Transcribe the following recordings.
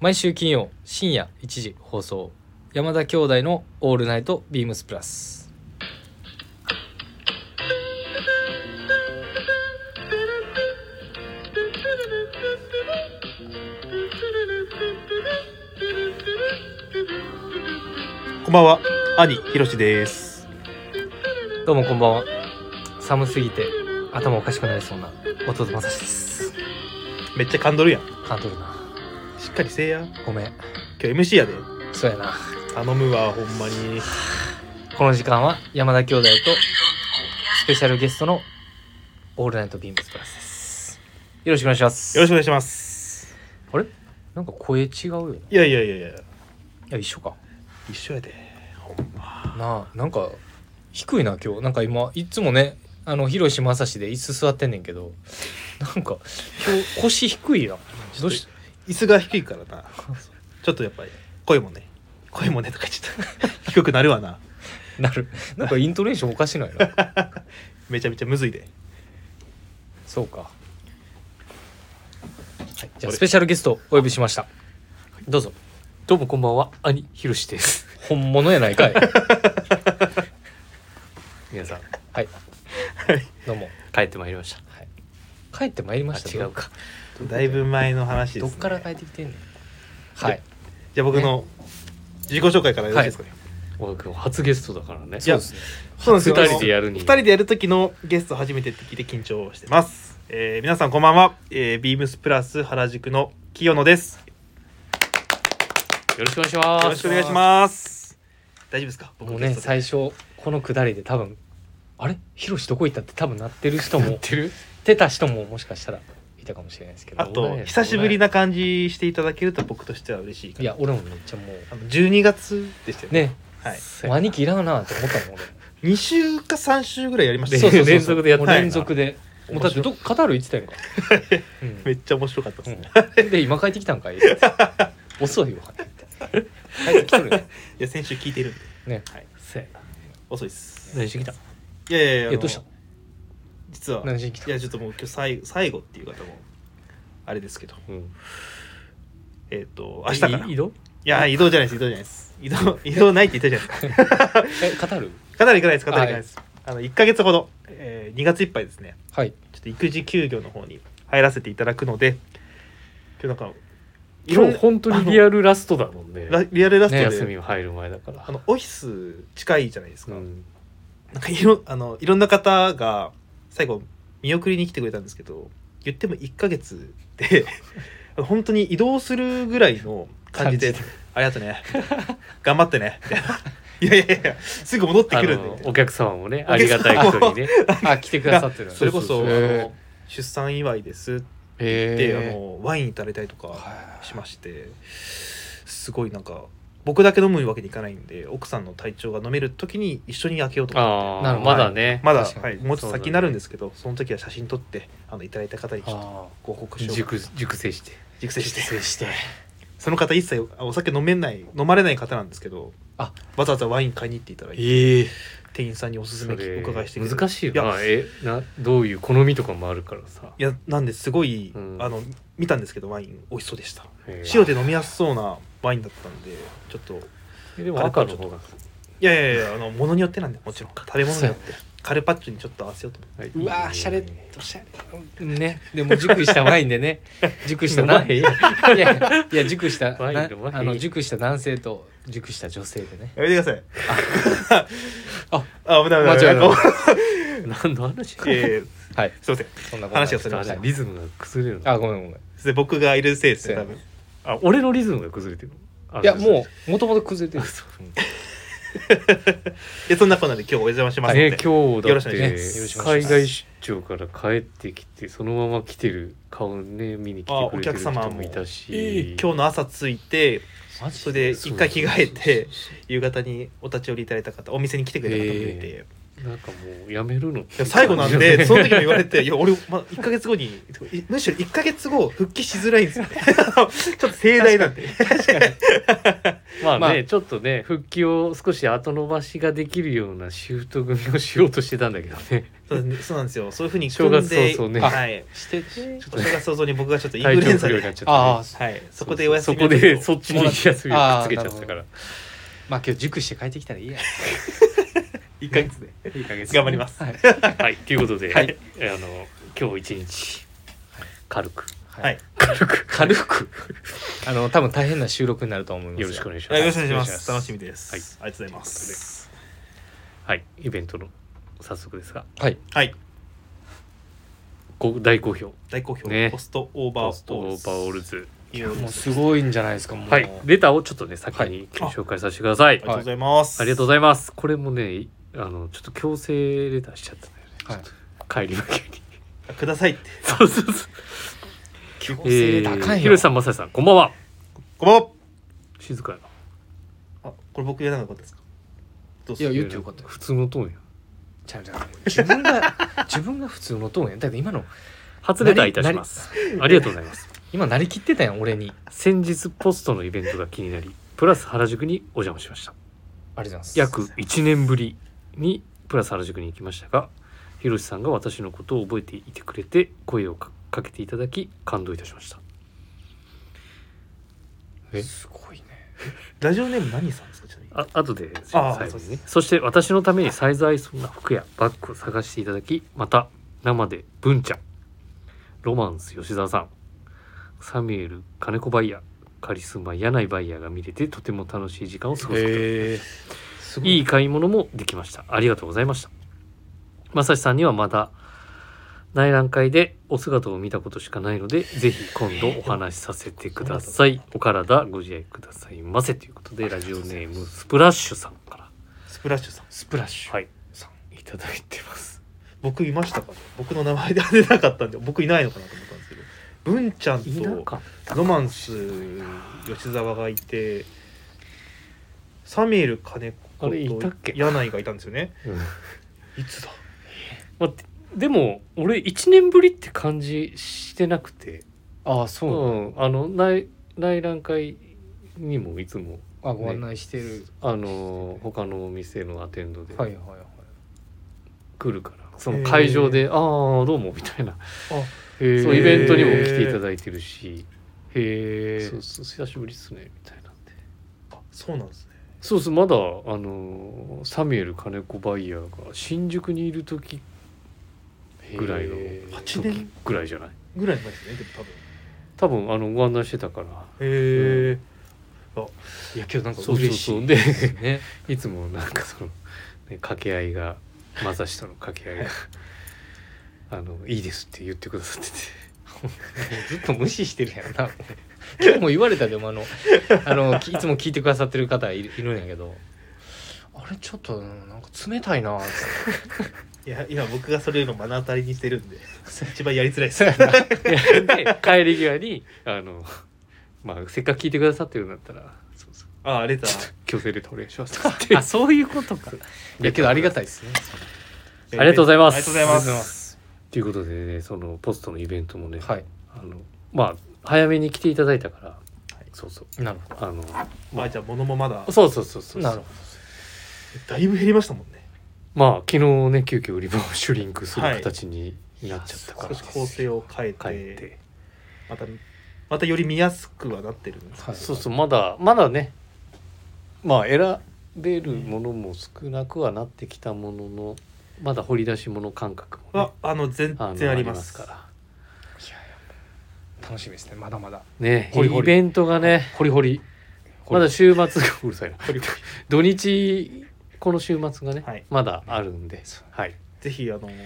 毎週金曜深夜1時放送山田兄弟の「オールナイトビームスプラス」こんばんは、兄ひろしです。どうもこんばんは寒すぎて頭おかしくなりそうな弟まさしですめっちゃ感動るやん。感動るなしっかりせいや。ごめん今日 MC やで。そうやな頼むわ、ほんまに。この時間は山田兄弟とスペシャルゲストの「オールナイトビームスプラス」ですよろしくお願いしますよろしくお願いします。あれなんか声違うよないやいやいやいや、や一緒か一緒やで。ほんま。なあなんか低いな今日なんか今いつもねあの広志正史で椅子座ってんねんけど なんか今日腰低いなどうし椅子が低いからな。ちょっとやっぱり、声もね。声もねとかちょっと 低くなるわな。なるなんかイントネーションおかしない なめちゃめちゃむずいで。そうか、はい、じゃあスペシャルゲストをお呼びしましたどうぞどうもこんばんは、兄ひろしです。 本物や ないかい皆さん、はいどうも、帰ってまいりました。はい、帰ってまいりましたあ違うか。だいぶ前の話です、どね。っから帰ってきてんねんはいじゃあ僕の自己紹介からよろしいですかね。俺今日初ゲストだからね。いやそうですねそうなんですよ二人でやるに二人でやる時のゲスト初めてって聞いて緊張してます、えー、皆さんこんばんは、えー、ビームスプラス原宿の清野ですよろしくお願いします。よろしくお願いします大丈夫ですか僕もうねゲストで最初このくだりで多分あれヒロシどこ行ったって多分なってる人す持もってる出た人ももしかしたらいたかもしれないですけどあとね久しぶりな感じしていただけると僕としては嬉しいかいらや俺もめっちゃもあの12月でしたようねねはい、そうもう兄貴いらんなって思った もん2週か3週ぐらいやりました俺ね そうそうそう連続でやったもう連続でもうだってどっかカタール行ってたよ、めっちゃ面白かったですね、うん、で今帰ってきたんかいって遅いよ帰ってきとるねいや先週聞いてるんでねはいせや遅いっす何してきたいやいやいやいやどうしたあの実は何しに来いたやちょっともう今日最後最後っていう方もあれですけどうん。えっ、と明日かない移動や移動じゃないです移動じゃないです移動移動ないって言ったじゃないですかえカタール かなり行かないですかなり行かないです、あの1か月ほど、えー、2月いっぱいですね はいちょっと育児休業の方に入らせていただくので今日なんかいろん今日な本当にリアルラストだもんね。ラリアルラストで、休みを入る前だからあ。のオフィス近いじゃないですか、うん。なんかいろあのいろんな方が最後見送りに来てくれたんですけど言っても1ヶ月で あの本当に移動するぐらいの感じで感「ありがとうね」頑張ってね」みたいな「いやいやいやすぐ戻ってあくるんので」お客様もね、おあ客り様がもたいことにね。あ来てくださってるのねそれこそそうそうそうあの出産祝いですってへ言ってあのワインいただいたりとかしましてすごいなんか僕だけ飲むわけにいかないんで奥さんの体調が飲める時に一緒に開けようとかあなるほあ、どまだね。まだ、確かはにい、もうちょっと先になるんですけどそ,、の時は写真撮ってあのいただいた方にちょっとあご報告しようか熟熟成して。熟成して失礼して その方一切お酒飲めない飲まれない方なんですけどあわざわざワイン買いに行っていただいてええ。店員さんにおすすそめおれ伺いしてくれる難しいよいなやえなどういう好みとかもあるからさいやなんですごい、うんあの見たんですけどワイン美味しそうでしたへえ塩で飲みやすそうなワインだったんでちょっといでも赤の方がやいやいやあの物によってなんでもちろん食べ物によってカルパッチョにちょっと合わせようと思ってはいうわーシャレいいねおしゃれねでも熟したワインでね熟したな飲まへんいややいやいや熟したワインな飲まへんあの熟した男性と熟した女性でねやめてくださいあ あ危ない危間な違いえた危ない何の話いやいやはいすいませんそんなこと話がちょそっれとまあしたれリズムが崩れるのあごめんごめんで僕がいるせいですそうねや多ね分あ俺のリズムが崩れてるあいやもうもともと崩れてるでそんなこんなで今日お邪魔しますので、ね今日よだろっしくお願いてします海外出張から帰ってきてそのまま来てる顔ね見に来てくれてる人あお客様ももいたし今日の朝着いてマそれで一回着替えて夕方にお立ち寄りいただいた方お店に来てくれた方もいて、えなんかもうやめるのいや最後なんで、その時も言われてて、いや、俺、まあ、1ヶ月後に、いむしろ1ヶ月後、復帰しづらいんですよね。ちょっと盛大なんで。 まあね、まあちょっとね復帰を少し後延ばしができるようなシフト組みをしようとしてたんだけどねそうですねそうなんですよそういうふうに正組ん月で早々ねはいしてちょっと正月早々に僕がちょっとインフ体ルエン調ザ不良にでなっちゃってね、ああはいそこでお休みそこでそをっちに休みをくっつけちゃったからまあ今日熟して帰ってきたらいいや1ヶ月で1ヶ月頑張りますはい、はいということで、はいあの今日一日軽くははいい、軽く軽くあの多分大変な収録になると思いますよろしくお願いしまよすろしくお願いしまよろしくお願いしますす楽しみです、はいありがとうございますはいイベントの早速ですがはいはいご大好評大好評、ねポストオーバポスートオーオルーバーオールズいいようもでうすすごいんじゃないですかもうはいレターをちょっとね先にはい紹介させてくださあいりがとうございます、ありがとうございます。これもね、あの、ちょっと強制レターしちゃったんだよね。はい帰り負けに。 くださいってそうそうそう。強え制だあかー、んひよ、ろしさん、まさしさん、こんばんは。こんばんは静かやな。あこれ僕やらなかったですかどうすいやる言ってよかったよ普通のトーンや。ちゃうちゃう自分が自分が普通のトーンやんだって今の初レターいたします。ありがとうございます。今なりきってたやん俺に先日、ポストのイベントが気になり、プラス原宿にお邪魔しました。ありがとうございます約1年ぶりにプラス原宿に行きましたがひろしさんが私のことを覚えていてくれて声をかかけていただき感動いたしましたえすごいねラジオネーム何さんですかちなみにあ後であ最そ後うにでねすそして私のためにサイズ合いそうな服やバッグを探していただきまた生で文ちゃんロマンス吉澤さんサミュエル金子バイヤーカリスマ柳井バイヤーが見れてとても楽しい時間を過ごすことができましたへえすごいいい買い物もできました。ありがとうございました。まさしさんにはまだ内覧会でお姿を見たことしかないので、ぜひ今度お話しさせてください。お体ご自愛くださいませということで、ラジオネームスプラッシュさんから、スプラッシュさんスプラッシュはい、さんいただいてます。僕いましたかね僕の名前で出なかったんで僕いないのかなと思ったんですけど文ちゃんいなとかロマンス吉沢がいてサミュエル金あれい子たっとけ柳井がいたんですよねうんいつだ待ってでも俺1年ぶりって感じしてなくて、ああそうう、ん、あの内内覧会にもいつもあご案内してる、あの他のお店のアテンドではいはいはい来るからその会場で「ああどうも」みたいなへーそうイベントにも来ていただいてるし「へえそうそう久しぶりっすね」みたいなんであそうなんですねそうそうまだあのーサミュエル金子バイヤーが新宿にいる時ぐらいの8年ぐらいじゃないぐらい前ですねでも多分多分あのご案内してたからへえいやけどなんかそうそう嬉そしういでねいつもなんかその、ね、掛け合いがまさしとの掛け合 いがあのいいですって言ってくださってて。もうずっと無視してるやんな今日も言われたでもあの あのきいつも聞いてくださってる方いるいるんやけどあれちょっとなんか冷たいなっていや今僕がそれを目の当たりにしてるん で一番やりづらいですそうやなで帰り際にあの、まあ、せっかく聞いてくださってるんだったらそうそうああレター強制でお願いしますっ てあそういうことかいやけどありがたいですね ありがとうございますありがとうございまありがとうございますすということでねそのポストのイベントもね、はいあのまあ早めに来ていただいたから、そうそうなるほあのまあじゃあ物もまだそうそうそうそどうなるほだいぶ減りましたもんねまあ昨日ね急遽売り場をシュリンクする形になっちゃったから、少し構成を変えて帰って、またまたより見やすくはなってるんですどはいそうそうまだまだねまあ選べるものも少なくはなってきたもののまだ掘り出し物感覚もね、はあの全あの然ありますあからいやいや楽しみですねまだまだらねほりほりイベントがねホリホリまだ週末が うるさいなほりほ土日この週末がね、はいまだあるんではいぜひあのー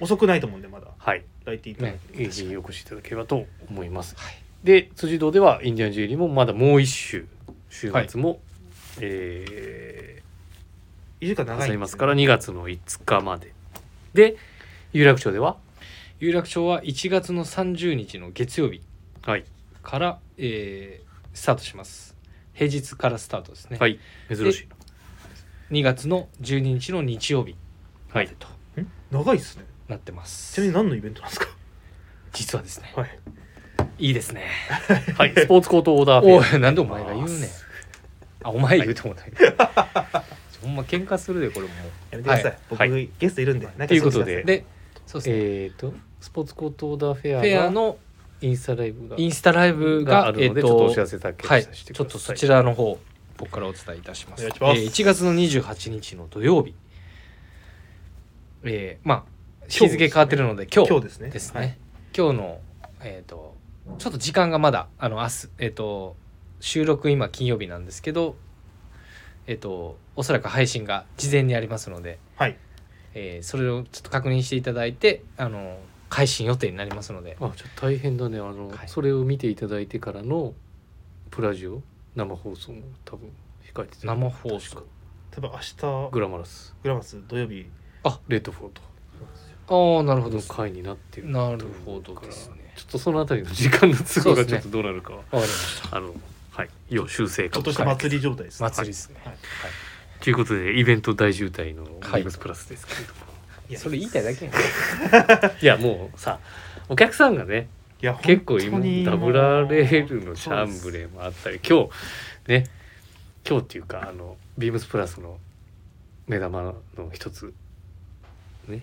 遅くないと思うんでまだはい来店いただけるぜひお越しいただければと思います、で辻堂ではインディアンジュエリーもまだもう一週週末も、えー移住間長いんですござよいますから2月の5日までで有楽町では有楽町は1月の30日の月曜日はい、から、えースタートします平日からスタートですね、はい珍しいな2月の12日の日曜日はいとん長いですねなってまちなみすに何のイベントなんですか実はですねはいいいですねはいスポーツコートオーダーフェおアいなんでお前が言うねんあお前言うと思ったけどほんま喧嘩するでこれもうやめてください、はい僕、はゲストいるんでなんかということででそうですね、えっ、とスポーツコートオーダーフェフェアアののインスタライブがインスタライブががあるので、えっちょっとおと知らせだけはい、させてください、ちょっとそちらの方僕からお伝えいたしますお願いしますえー1月の28日の土曜日えーまあ日付変わってるので今今日日ですねですはいね今日のえっ、とちょっと時間がまだあの明日えっ、と収録今金曜日なんですけどえっ、とおそらく配信が事前にありますので、はいえーそれをちょっと確認していただいてあの配信予定になりますのであちょっと大変だねあの、はいそれを見ていただいてからのプラジオ生放送も多分控えてて生放送確か多分明日グラマラスグラマス土曜日レッドフォートああなるほどの回になってるなるほどですねちょっとそのあたりの時間の都合そうでがすねちょっとどうなるかは、わかりましたあのはい要修ち正ょかっもとした祭り状態です、祭りですねということでイベント大渋滞の「はネいクスプラス」ですけれども、いやそれ言いたいだけやんい、やもうさお客さんがねいや結構本当に今ダブラレールのシャンブレーもあったり今日ね今日っていうかあのビームスプラスの目玉の一つね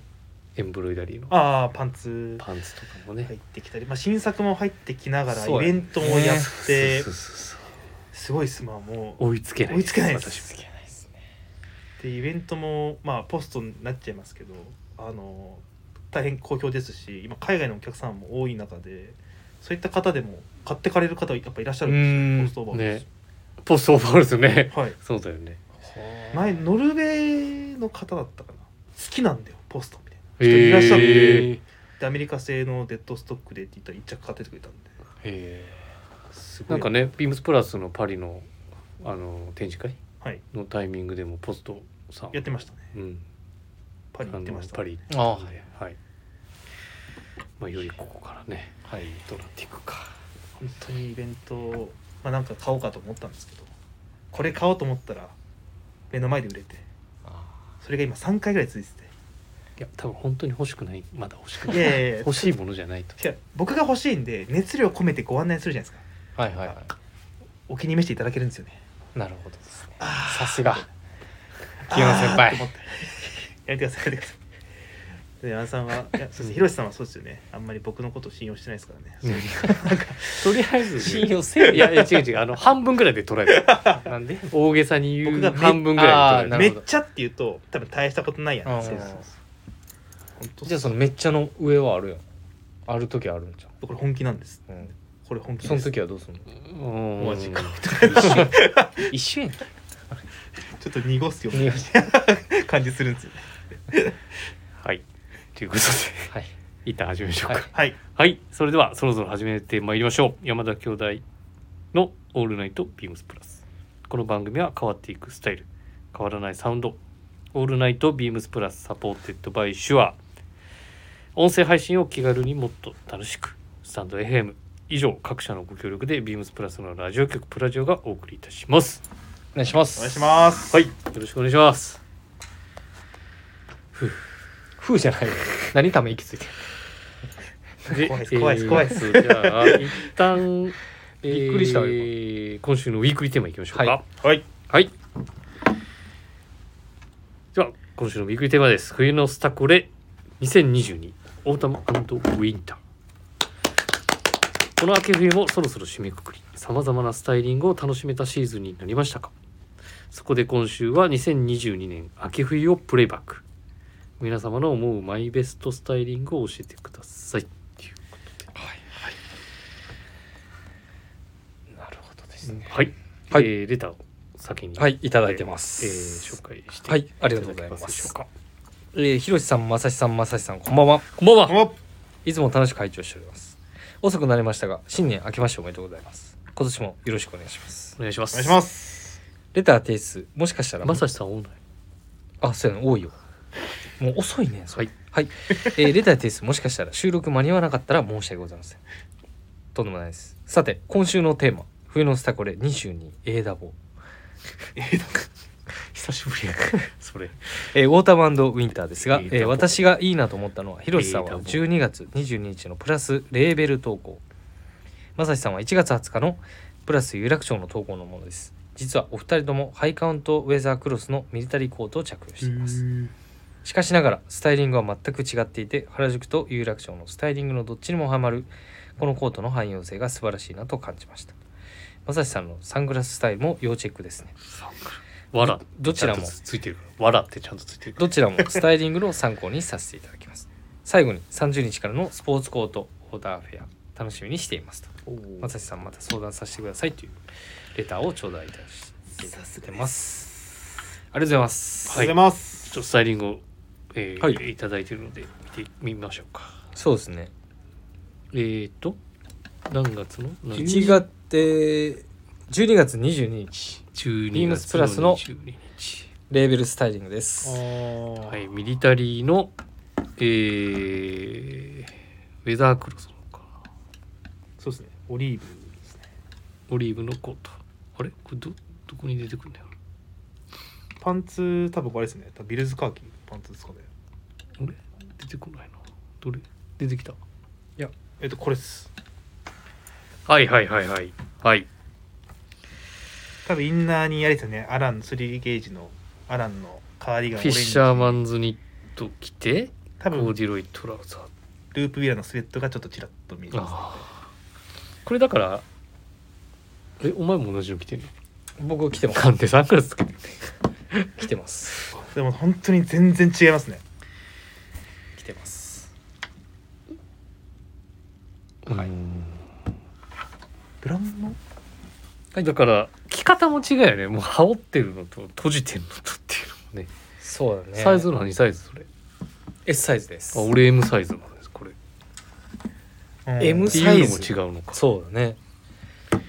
エンブロイダリーのああパンツパンツとかも入ねってきたり、まあ、新作も入ってきながらそうイベやねントもやっそうてそうそうすごいスマもそう追いつけない追いつけないです私もでイベントもまあポストになっちゃいますけどあの大変好評ですし今海外のお客さんも多い中でそういった方でも買ってかれる方やっぱいらっしゃるんですよポストオーバーねポストオーバーですよねはいそうだよね前ノルウェーの方だったかな好きなんだよポストみたいな人いらっしゃって、えでアメリカ製のデッドストックでって言ったら一着買っててくれたんでえすごないんかねビームスプラスのパリのあの展示会はいのタイミングでもポストさんやってましたねうんパリ行ってましたあのパリああはいねはい、まあ、よりここからねはいどうなっていくか本当にイベントを、まあ、なんか買おうかと思ったんですけどこれ買おうと思ったら目の前で売れてそれが今3回ぐらい続いていや多分本当に欲しくないまだ欲しくなていいやいやいや欲しいものじゃないと違う僕が欲しいんで熱量込めてご案内するじゃないですかはいはいはお気に召していただけるんですよねいなるほどですねあさすが清野先輩あーと思って やめてくださいやめてくださいで矢野さんは、いやそうですひろしさんはそうですよね。あんまり僕のこと信用してないですからね。そうとりあえず信信用用せえいやいや違う違うあの半分ぐらいで捉えた なんで大げさに言僕うがめ半分ぐらいなで捉えあーめるっほどちゃって言うと、多分大したことないやん。あーそうそうそう本当じゃあそのめっちゃの上はあるやんある時あるんじゃこれ本気なんです。ん、うん、これ本気そでのす。時はどうすんのたうんマジか一瞬やんけ ちょっと濁すよう匂いなして 感じするんですよね。はいということではい一旦始めましょうかはいはい。はい、それではそろそろ始めてまいりましょう山田兄弟の「オールナイトビームスプラス」この番組は変わっていくスタイル変わらないサウンド「オールナイトビームスプラスサポーテッドバイシュア」音声配信を気軽にもっと楽しくスタンド FM 以上各社のご協力でビームスプラスのラジオ局プラジオがお送りいたしますお願いしますお願いします。はいよろしくお願いしますふうじゃないよ何ため息ついてるで怖いです怖いです怖いですえーとじゃあ一旦びっくりしたわ今えー今週のウィークリーテーマいきましょうか、はいはい。はい。では、今週のウィークリーテーマです。冬のスタコレ2022オータムウィンター。この秋冬もそろそろ締めくくり、さまざまなスタイリングを楽しめたシーズンになりましたか。そこで今週は2022年秋冬をプレイバック。皆様の思うマイベストスタイリングを教えてください。っていうなるほどですねはい。はいえーレターを先に、はいいただいてますえー紹介してはいありがとうございますただけでしょうか。えー、ひろしさんまさしさんまさしさんこんばんはこんばんは。おいつも楽しく拝聴しております遅くなりましたが新年明けましておめでとうございます今年もよろしくお願いしますお願いします。願いします。レター提出もしかしたらまさしさんオンライン。あ、そうやね、多いよ。もう遅いねん、それはい。はい。えーレター提出、もしかしたら収録間に合わなかったら申し訳ございません。とんでもないです。さて、今週のテーマ、冬のスタコレ 22A ダボ。久しぶりやそれえーウォーターウィンターですが、 A えーダボ私がいいなと思ったのは、ひろしさん A ダはボ12月22日のプラスレーベル投稿。まさしさんは1月20日のプラス有楽町の投稿のものです。実はお二人ともハイカウントウェザークロスのミリタリーコートを着用していますうんしかしながらスタイリングは全く違っていて原宿と有楽町のスタイリングのどっちにもハマるこのコートの汎用性が素晴らしいなと感じました正志さんのサングラススタイルも要チェックですねわらどちらもちゃんとつついてるからわらってちゃんとついてるからどちらもスタイリングの参考にさせていただきます最後に30日からのスポーツコートオーダーフェア楽しみにしていますとおー正志さんまた相談させてくださいというレターを頂戴いたしていただいてますありがとうございますありがとうございますちょっとスタイリングを、えーはいい、ただいてるので見てみましょうかそうですねえーと何月の何1月えー12月22日12月のビームスプラスの22日レーベルスタイリングですははい、ミリタリーの、えー、ウェザークロスのかなそうですねオリーブですねオリーブのコートあれこれどどこに出てくるんだよパンツ多分これですね多分ビルズカーキのパンツですかねあれ出てこないなどれ出てきたえっとこれですはいはいはいはいはい多分インナーにあれですよねアラン3ゲージのアランのカーディガンフィッシャーマンンズニット着て多コ分ーディロイトラウザーループウィアのスウェットがちょっとちらっと見えまあーこれだからえお前も同じの着てんの僕来てますカンテサングラスつけてる来てますすでも本当に全然違いますね来てますはいブランドだから着方も違うよねもう羽織ってるのと閉じてるのとっていうのもねそうだねサイズ何サイズそれ S サイズですあ俺 M サイズなんですこれっうん M てサいイうズのも違うのかそうだね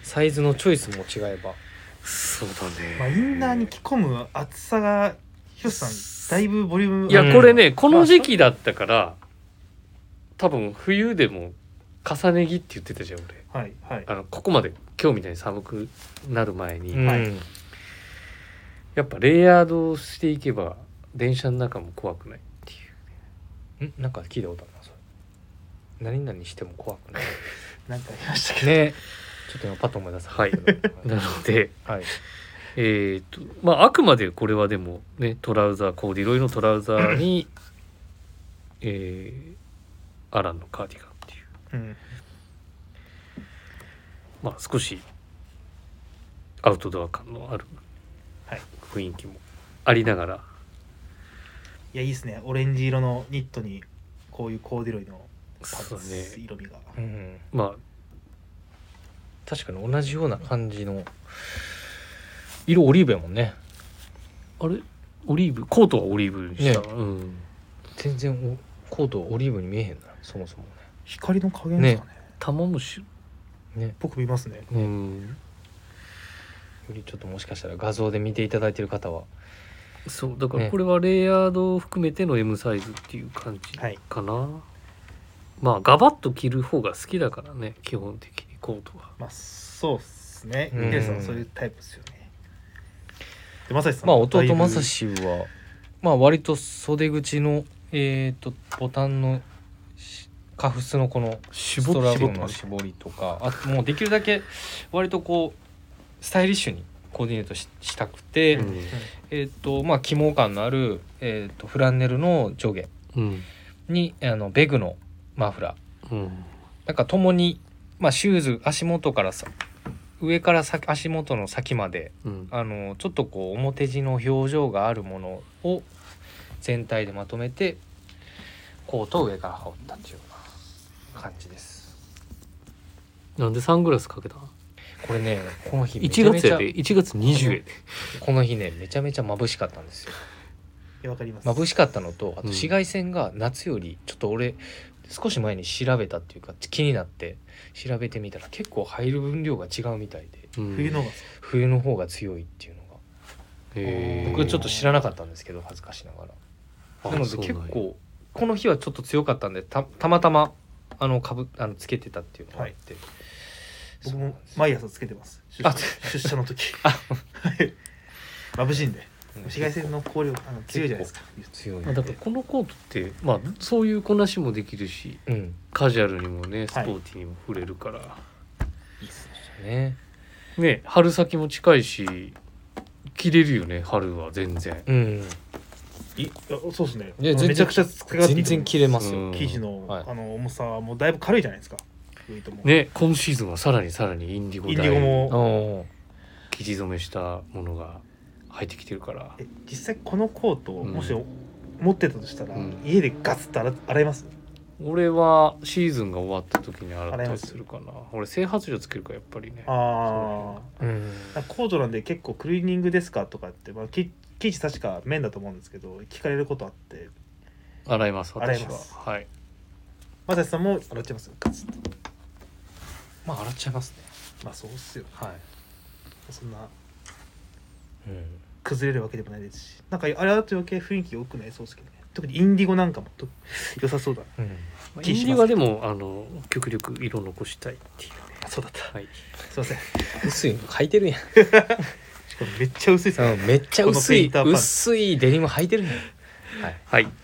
サイズのチョイスも違えばそうだね、まあ、インナーに着込む厚さがヒロシさんだいぶボリュームいやうんこれねこの時期だったから多分冬でも重ね着って言ってたじゃん俺はいはいあのここまで今日みたいに寒くなる前に、はいうんやっぱレイヤードしていけば電車の中も怖くないっていんなんか聞いたことあるなそれ何々しても怖くないなんかありましたけど、ね ちょっと今パッと思い出すはいはうなのではいえっ、とまああくまでこれはでもねトラウザーコーディロイのトラウザーにえーアランのカーディガンっていううん、まあ少しアウトドア感のあるはい雰囲気もありながらいやいいですねオレンジ色のニットにこういうコーデュロイのパそうンだツね色味が、うんまあ確かに同じような感じの色オリーブやもんねあれオリーブコートはオリーブにした、ねうん全然おコートオリーブに見えへんなそもそも光の加減ですかねタマムシねね僕見ますねうんよりちょっともしかしたら画像で見ていただいてる方はそうだからねこれはレイヤードを含めての M サイズっていう感じはいかな、まあガバッと着る方が好きだからね基本的にコートはまあそうっすねうんヒロシさんはそういうタイプですよねでまさしさんまあ弟だいぶ正志はまあ割と袖口のえっ、とボタンのしカフスのこのスト絞ラっッ絞プってのます絞りとかあともうできるだけ割とこうスタイリッシュにコーディネートししたくて、うんえっ、とまあ起毛感のある、えー、とフランネルの上下うんにあのベグのマフラーうんなんかともに、まあ、シューズ足元からさ上から先足元の先までうんあのちょっとこう表地の表情があるものを全体でまとめてコートを上から羽織ったっていうような感じですなんでサングラスかけたこれねこの日めちゃ1め月ちやゃで1月20やでこの日ねめちゃめちゃ眩しかったんですよいやわかります眩しかったのとあとうん紫外線が夏よりちょっと俺少し前に調べたっていうか気になって調べてみたら結構入る分量が違うみたいでうん冬の方が冬の方が強いっていうのがへー僕はちょっと知らなかったんですけど恥ずかしながら。あなのそでうなんや結構この日はちょっと強かったんでたたまたまあのかぶあのつけてたっていうのがあって、僕そうなんもですよ毎朝つけてます出あ社出社 の時はい 眩しいんで紫外線の光量あの強いじゃないですか強いまあんだからで、このコートってまあそういうこなしもできるしうんカジュアルにもねスポーティーにも触れるから、いいっすねねね春先も近いし着れるよね春は全然うんいいやそうですねいや全然めちゃくちゃ使っていいと思全います然切れますうよん生地の、はいあの重さもだいぶ軽いじゃないですかウエイトもね今シーズンはさらにさらにインディゴインディゴもお生地染めしたものが入ってきてるからえ実際このコートをうんもし持ってたとしたら、うん家でガツッと洗洗います俺はシーズンが終わった時に洗った洗いりますするかな俺整髪料つけるからやっぱりねあーうんあコートなんで結構クリーニングですかとかって、まあ、き生地確か綿だと思うんですけど聞かれることあって洗います洗私いはますはいまさしさんも洗っちゃいますガツッとまあ洗っちゃいますねまあそうっすよは、そんないうん、崩れるわけでもないですしなんかあれだと余計雰囲気良くないそうですけどね特にインディゴなんかもと良さそうだうん、まあイ気ンしますディゴはでもあの極力色残したいっていうねそうだったはいすいません薄いの履いてるやんしかもめっちゃ薄いですねうんめっちゃ薄いこのペインターパンツ薄いデニム履いてるやんはい、はい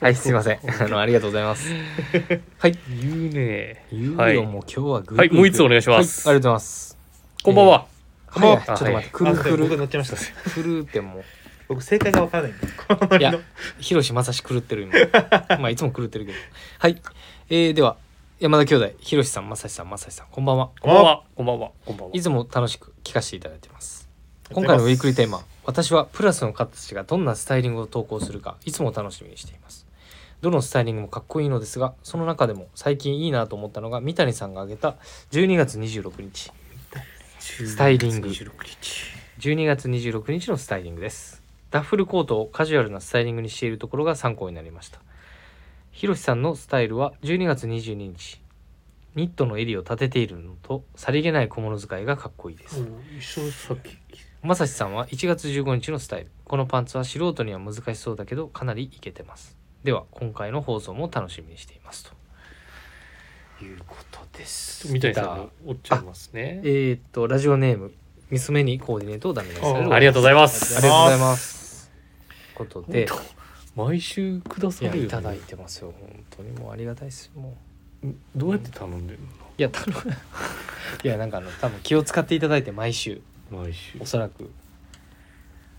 はい、すいませんあのありがとうございますはい言うね言うよ、はいもう今日はグーグーはいもう一つお願いしますはいありがとうございますこんばんはこんばんは、こんばんはちょっと待って、くあるすくいません僕がる乗っちゃいまし たくるってもう僕正解が分からないんでこのノリいのや広志正史狂ってる 今まあいつも狂ってるけどはい、えー、では山田兄弟広志さん正史さん正史さんこんばんはこんばんはこんばんはこんばんはいつも楽しく聞かせていただいてます今回のウィークリーテーマ私はプラスの方たちがどんなスタイリングを投稿するかいつも楽しみにしていますどのスタイリングもかっこいいのですがその中でも最近いいなと思ったのが三谷さんが挙げた12月26日スタイリング26日12月26日のスタイリングですダッフルコートをカジュアルなスタイリングにしているところが参考になりましたひろしさんのスタイルは12月22日ニットの襟を立てているのとさりげない小物使いがかっこいいです一緒ですさっきまさしさんは1月15日のスタイルこのパンツは素人には難しそうだけどかなりいけてますでは今回の放送も楽しみにしていますということです三谷さんもおっちゃいますねえーっとラジオネームミスメにコーディネートをダメ出しされるありがとうございまあすりがとうございますことで本当毎週くだいさやるよ、ね、いただいてますよ本当にもうありがたいですもうんどうやって頼んでるいや多分 いやなんかあの多分気を使っていただいて毎週の毎週おそらく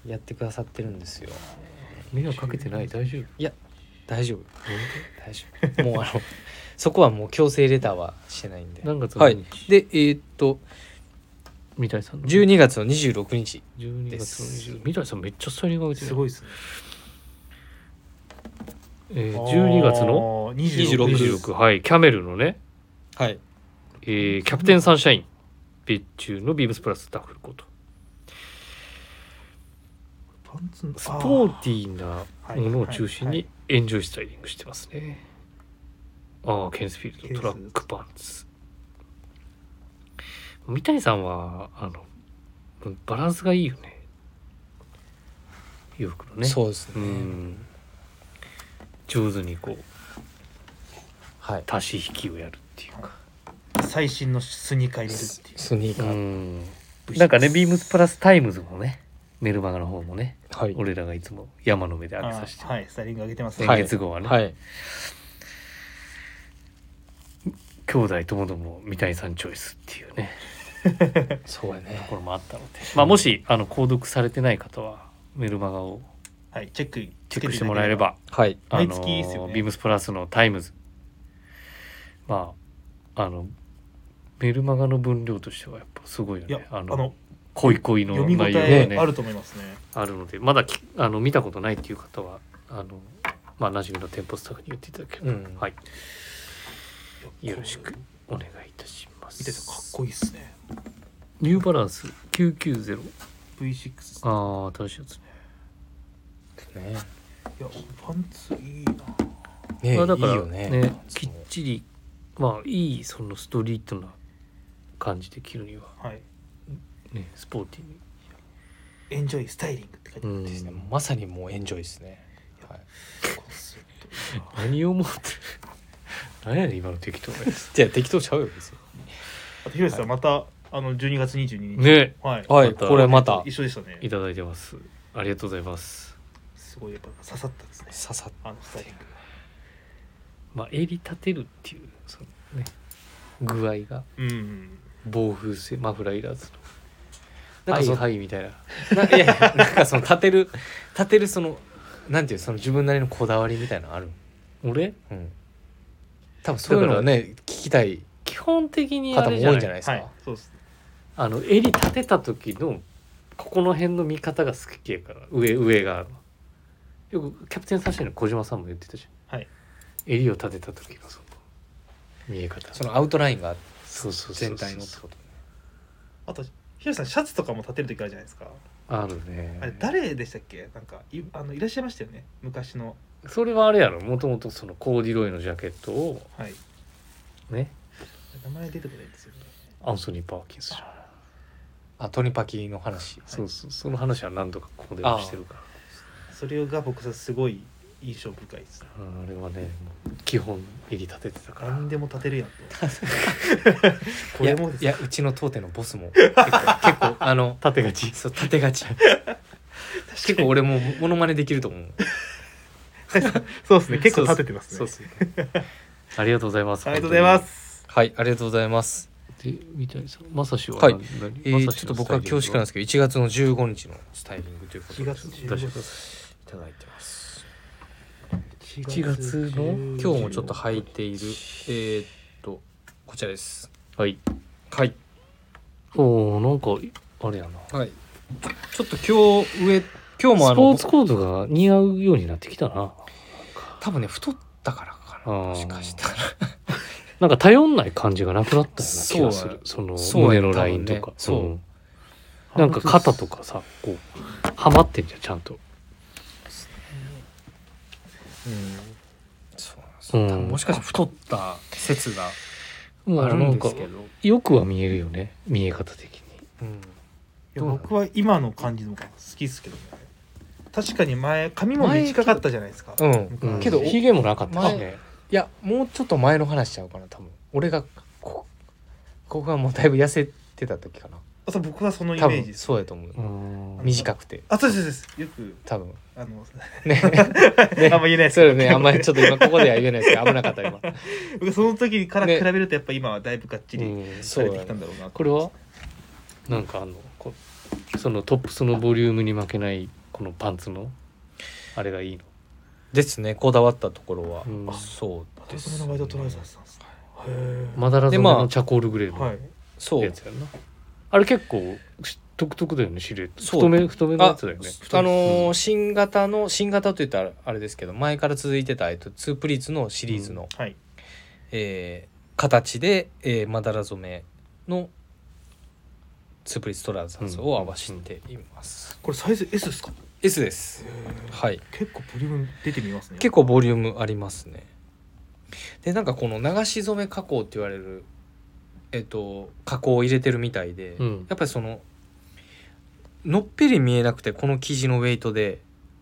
やってくださってるんですよ迷惑かけてない大丈夫大丈夫大丈夫もうあのそこはもう強制レターはしてないんで何月は何い日、でえーっと三谷さんの12月の26日12で月すの20三谷さんめっちゃスタイリング上げてるすごいですねえー、12月のあー26 26はいキャメルのね、はいえーキャプテンサンシャイン別注のビームスプラスダッフルコートパンツのスポあーティーなものを中心にエンジョイスタイリングしてますね、ああケンスフィールドトラックパンツ三谷さんはあのバランスがいいよね洋服のねそうですうね、ん上手にこうはい足し引きをやるっていうかー最新のスニーカー入れるっていうスニーカー、んなんかねビームスプラスタイムズもねメルマガの方もねはい俺らがいつも山の上で上げあさせて、ーはいスタイリング上げてますは先い月号はね、はい兄弟ともども三谷さんチョイスっていうねそうやねところもあったので、まあ、もしあの購読されてない方はメルマガをはいチェックチェックしてもらえればはいあの毎月いいっすよねビームスプラスのタイムズまああのメルマガの分量としてはやっぱすごいよいやねああのの恋恋の読み応内容がえねあると思いますねあるのでまだきあの見たことないっていう方はあのまあ馴染みの店舗スタッフに言っていただければ、うんはいよろしくお願いいたします見ててかっこいいっすねニューバランス990 V6 ああ新しいやつねねいやパンツいいなねまあ、だいかいらよねきっちりまあいいそのストリートな感じで着るには、はいね、スポーティーにエンジョイスタイリングって書いてあるうんですねまさにもうエンジョイですね、はい、こうすると何を思って 何やねん今の適当なやつじゃあ適当ちゃうよ別にあと広瀬さんまたあの12月22日ねはいはいまたこれまた刺一緒でしたねいただいてますありがとうございますすごいやっぱ刺さったですねさっあのスタイリングまあ襟立てるっていうそのね具合がうん防風性マフラーいらずなのんはかいそのはいみたいなないやいやなんかその立てる立てるそのなんていうその自分なりのこだわりみたいなのある俺うん多分そういうのをね聞きたい基本的にあ方もれじゃ多いなんいじゃないですか、はいそうですあの襟立てた時のここの辺の見方が好きやから上上がよくキャプテンサッシャーの小島さんも言ってたじゃん、はい、襟を立てた時がその見え方そのアウトラインがそうそうそうそう全体のってことあとひろしさんシャツとかも立てる時あるじゃないですかあるねあれ誰でしたっけなんかいあのいらっしゃいましたよね昔のそれはあれやろもともとそのコーディロイのジャケットをはいね名前出てこないんですよねアンソニー・パーキンスじゃんあトニパキの話そうそうその話は何度かここでもしてるからそれが僕さすごい印象深いですうんあれはねもう基本襟立ててたから何でも立てるやんとこいやれいもですやうちの当店のボス も結構結構あの縦がちそう立てがち結構俺もうモノマネできると思うそうですね結構立ててますねそ うそうそうありがとうございますありがとうございま本すはいありがとうございます、当にで三谷さんまさしははい何何えー、ちょっと僕は恐縮なんですけど1月の15日のスタイリングということ4で月15大丈日夫いただいてます1月の今日もちょっと履いているえー、っとこちらですはいはいおおなんかあれやなはいちょっと今日上今日もあスポーのツコートが似合うようになってきたな多分ね太ったからかなあーもしかしたらなんか頼んない感じがなくなったような気がすそうやるそのそうや胸のラインと多分かねそうんなんか肩とかさこうはまってんじゃんちゃんとそうなんですうよん多分もしかしたら太った説がもあうるなんんでかすけど、よくは見えるよね見え方的にうん、いや僕は今の感じの方が好きですけどね確かに前髪も短かったじゃないですかうん昔けどヒゲもなかったしねいやもうちょっと前の話しちゃうかな多分俺がこここがもうだいぶ痩せてた時かなあそう僕はそのイメ多ージ分ですそうやと思ううん短くてあそうですそうですよく多分あのね あんま言えないですそうよねあんまりちょっと今ここでは言えないですけど危なかった今僕その時からね比べるとやっぱ今はだいぶがっちりうんそさうれてきたんだろうなとこれはなんかあのこそのトップスのボリュームに負けないこのパンツのあれがいいのですねこだわったところは、うんそうパでソすコンのワイドトラウザーズなんですねへえまだらで染めまあのチャコールグレーはのいそうやつやんな、あれ結構し独特だよねシルエットそう太め太めのやつだよねあのー新型の新型といったらあれですけど前から続いてた、えっと、ツープリーツのシリーズの、はいえー形で、えーまだら染めのツープリーツトラウザーズを合わせています、これサイズ S ですか S ですはい結構ボリューム出てみますね結構ボリュームありますねでなんかこの流し染め加工って言われるえっと加工を入れてるみたいで、うんやっぱりそののっぺり見えなくてこの生地のウェイトで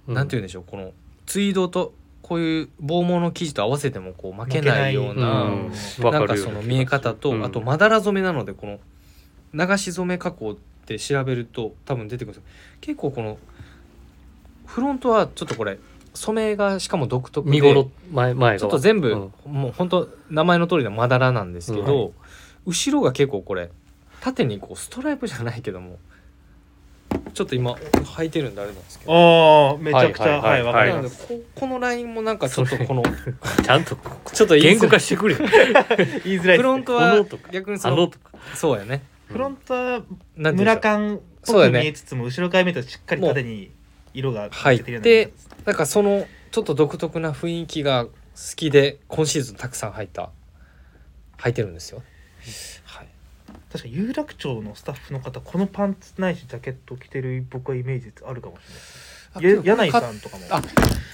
うなんて言うんでしょうこのツイードとこういう防毛の生地と合わせてもこう負けないようなう負んけないなわかんるかようそのな気がする見え方と、うんあとまだら染めなのでこの流し染め加工って調べると多分出てくるんですよ結構このフロントはちょっとこれ染めがしかも独特で見頃前前ちがょっと全部、うんもう本当名前の通りのまだらなんですけど、後ろが結構これ縦にこうストライプじゃないけどもちょっと今履いてるんであれなんですけどああめちゃくちゃははいいはわいかはなのりいまですここのラインもなんかちょっとこの ちゃんとちょっと言いづ言語らい化し てくれ言いづらいフですロねントはこのとか逆にそあののとかそうやねフロントはなんていうんでしょう村感っぽそうだくね見えつつも後ろから見るとしっかり縦に色が出てるような入って感じですなんかそのちょっと独特な雰囲気が好きで今シーズンたくさん入った履いてるんですよ。はい、確か有楽町のスタッフの方このパンツないしジャケット着てる僕はイメージあるかもしあれない結や構柳井さかんとかもあ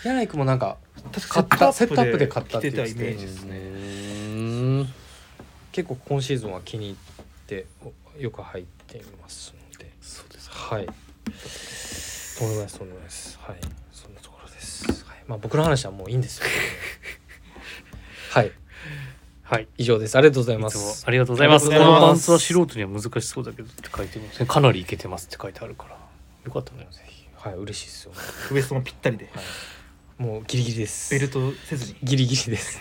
柳井君もなんか確買ったセットアップで買ったっ着てて言たっイてメたよージですねね結構今シーズンは気に入っておよく履いていますのでそうですはいとんでもないですとんでもないですはいそんなところです、はい、まあ僕の話はもういいんですよはいはい以上ですありがとうございいまつもすありがとうございます。あこりがとうごのざいますパンツは素人には難しそうだけどって書い てますね。かなりいけてますって書いてあるから。よかったね。はい嬉しいですよ、はウエストもぴったりでい、もうギリギリですベルトせずにギリギリ です。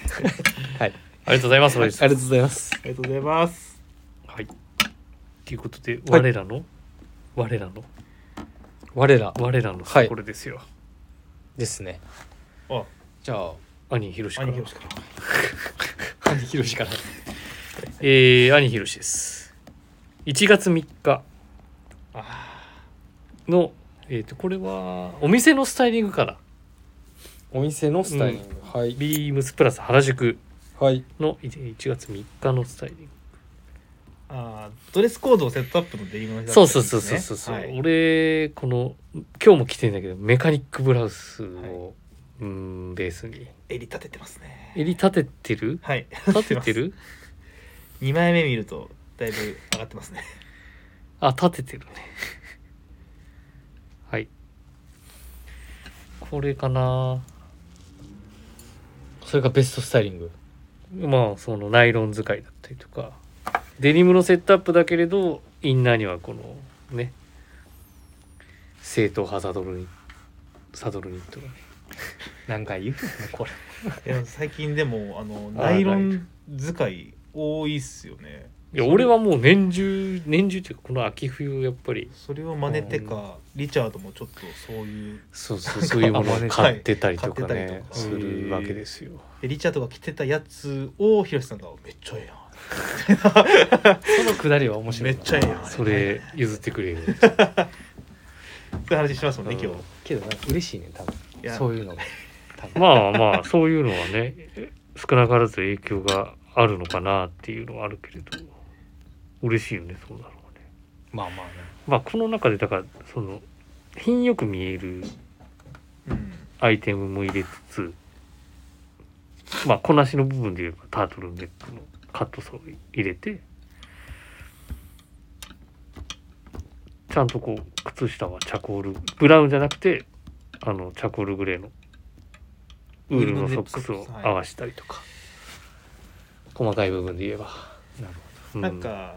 はい。ありがとうございます。ありがとうございます。ありがとうございますはい。いうことで、はい我らの我らの我ら我らのはいこれですよ、ですねあじゃあ兄ひろしから兄貴しから兄ひろしからえー兄ひろしです1月3日のえー、とこれはお店のスタイリングからお店のスタイリング、はいビームスプラス原宿はいのい1月3日のスタイリングあードレスコードをセットアップのデニムの日だったそんうですそねうそうそうそうそう、はい俺この今日も着てんだけどメカニックブラウスを、はうーんベースに襟立ててますね襟立ててるはい立てて る2枚目見るとだいぶ上がってますねあ立ててるね はいこれかなそれがベストスタイリングまあそのナイロン使いだったりとかデニムのセットアップだけれどインナーにはこのね正統派サドルニサドルニットがね何回言うのこれいや最近でもあのあナーイロン使い多いっすよねいや俺はもう年中年中っていうかこの秋冬やっぱりそれを真似てかリチャードもちょっとそういうそう そうそういうものを買ってたりとかはい買ねってたりとかするわけですよ。でリチャードが着てたやつをヒロシさんが「めっちゃええやん」そのくだりは面白めいっちゃええやんそれ譲ってくれる。そういう話しますもんね今うん日けどなんか嬉しいね多分いやそういうのが多分まあまあそういうのはね少なからず影響があるのかなっていうのはあるけれど嬉しいよねそうなのはね。まあまあねまあこの中でだからその品よく見えるうんアイテムも入れつつまあこなしの部分で言えばタートルネックのカットソーを入れてちゃんとこう靴下はチャコールブラウンじゃなくてあのチャコールグレーのウールのソックスを合わせたりとか、細かい部分で言えば、なるほうなんか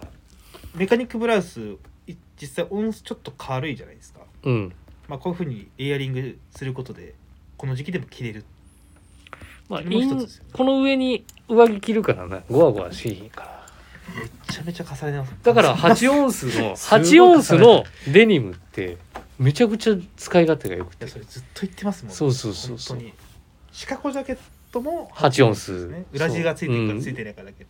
メカニックブラウスい実際音ちょっと軽いじゃないですか、うんまあ、こういうふうにエアリングすることでこの時期でも着れるまあ、もう一つインですよねこの上に上着着るからねゴワゴワしいからめちゃめちゃ重ねますだ から8オンスのすごい8オンスのデニムってめちゃくちゃ使い勝手がよくいてやそれずっと言ってますもんそうそうそうそう本当にシカゴジャケットも8オンスね裏地がついてるかそうついてないかだけで、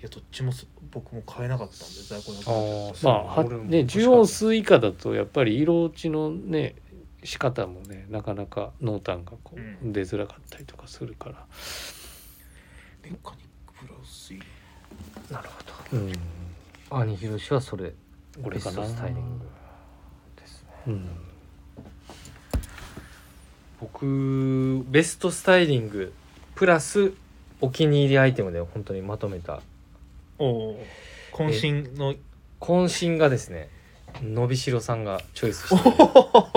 いやどっちもす僕も買えなかったんで在庫なくなっちゃったまあは俺もね欲しかった10オンス以下だとやっぱり色落ちのね仕方もねなかなか濃淡がこうう出づらかったりとかするから、メカニックブラウスいいなどなるほどうん、兄ひろしはそれこれかなベストスタイリングですねうん、僕ベストスタイリングプラスお気に入りアイテムで本当にまとめたおお渾身の渾身がですねのびしろさんがチョイスしお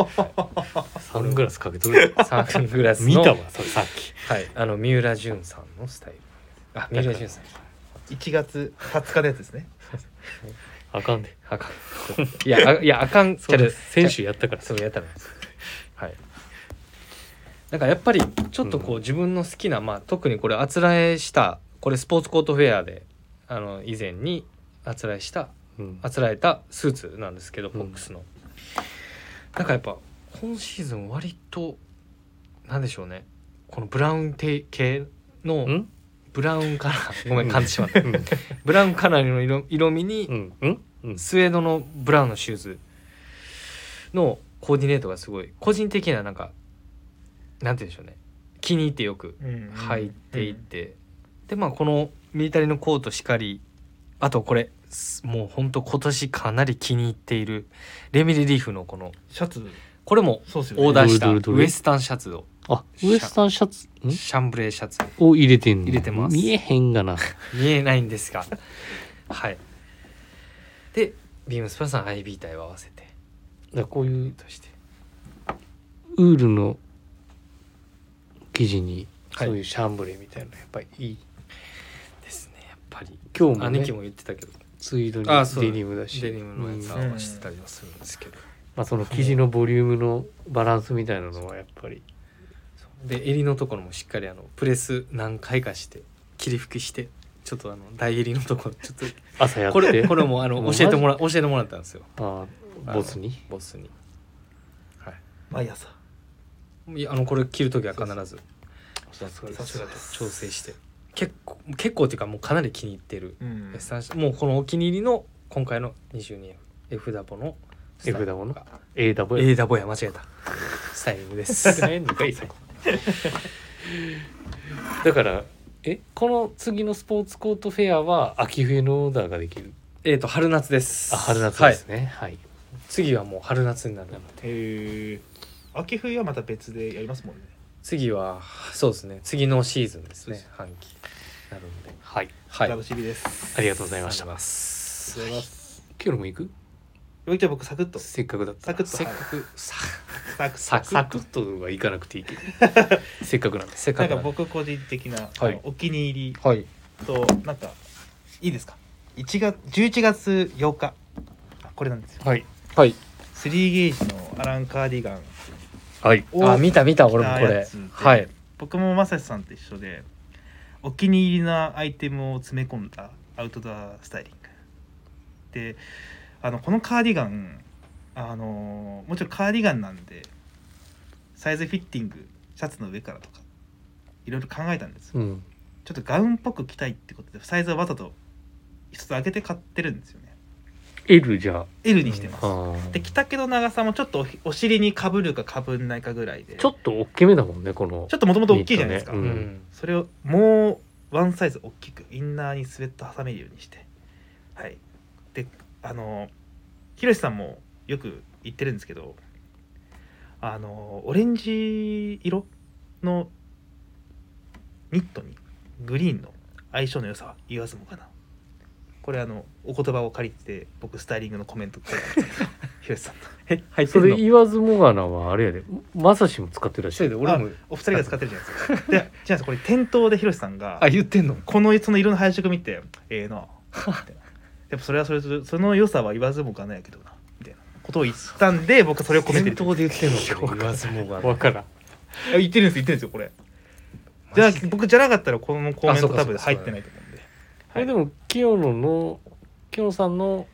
たおサングラスかけとるサングラスの 見たわそれさっきはい、あの三浦淳さんのスタイルあ三浦淳さん1月20日のやつですねあかんで、ね、あかんいやあいやあかん そうちゃう選手やったからそうやったらはいなんかやっぱりちょっとこう、うん自分の好きな、まあ、特にこれあつらえしたこれスポーツコートフェアであの以前にあつらえしたうんあつらえたスーツなんですけどんフォックスの、なんかやっぱ今シーズン割となんでしょうねこのブラウン系のうんブラウンカラ ーごめん噛んでしまったうんブラウンカラーの色色味にうんうんうんスウェードのブラウンのシューズのコーディネートがすごい個人的にはなんかなんて言うんでしょうね気に入ってよく入っていっ、て、でまあこのミリタリーのコートしかりあとこれすもうほんと今年かなり気に入っているレミレリーフのこのシャツこれもそうですよねオーダーしたどれどれどれウエスタンシャツをあウエスタンシャツんシャンブレーシャツを入れてんの入れてます見えへんがな見えないんです がはいでビームスプラスの IB 体を合わせてだこういうとしてウールの生地にはいそういうシャンブレーみたいなのやっぱりいいですねやっぱり今日も、ね、兄貴も言ってたけどツイードにあそうデニムだしデニムのやつう合んわせてたりはするんですけど、まあ、その生地のボリュームのバランスみたいなのはやっぱりそうで襟のところもしっかりあのプレス何回かして霧吹きしてちょっとあの台入りのとこちょっと朝やってこれ これもあものうマジ教えてもら教えてもらったんですよあーボスにボスにはい毎朝いやあのこれ切る時は必ずさすがさすがです調整して結構結構っていうかもうかなり気に入ってる、うんスタンスもうこのお気に入りの今回の 22F ダボのスタイ F リングダボの A ダボ A ダボや間違えたスタイリング ですえんのかいそこだからえこの次のスポーツコートフェアは秋冬のオーダーができるえっと春夏ですあ春夏はでいすねはい、次はもう春夏になるのでへえ秋冬はまた別でやりますもんね次はそうですね次のシーズンですそうねで半期なるんではい、はい楽しみですありがとうございましたありがとうございまあすりがとうございますキョロも行くよいじゃあ僕サクッとせっかくだっサたらクッとせっかくさサクササククサクッとはいかなくていいけどせっかくなんでせっなかんくかなんで僕個人的な、はいあのお気に入りはいとなんかいいですか1月11月8日あこれなんですよはいはい3ゲージのアラン・カーディガンはいをあ見た見た俺もこ着たれやつではい僕もまさしさんと一緒でお気に入りなアイテムを詰め込んだアウトドアスタイリングであのこのカーディガンあのもちろんカーディガンなんでサイズフィッティングシャツの上からとかいろいろ考えたんですようんちょっとガウンっぽく着たいってことでサイズをわざと一つ上げて買ってるんですよね L じゃあ L にしてます、ーで着丈の長さもちょっとおひお尻にかぶるかかぶんないかぐらいでちょっと大きめだもんねこのちょっともともと大きいじゃないですか、ニットねうんうんそれをもうワンサイズ大きくインナーにスウェット挟めるようにしてはいであのひろしさんもよく言ってるんですけどあのオレンジ色のニットにグリーンの相性の良さは言わずもがなこれあのお言葉を借りて僕スタイリングのコメント書いてます ひろしさんのえ入ってそんれの言わずもがなはあれやでまさしも使ってるらしそいれで俺もお二人が使ってるじゃないで すかでじゃあこれ店頭でひろしさんがあ言ってんのこのその色の配色見てええ なみたいなやっぱそれはそれとその良さは言わずもがないやけどなみたいなことを言ったんで僕はそれを込めて店る頭で言ってんの言わずもがなわからんあ言ってるんです言ってるんですよこれじゃあ僕じゃなかったらこのコメンあそトうかそ多うか分入ってないと思うんでこれではいも清野の清野さんの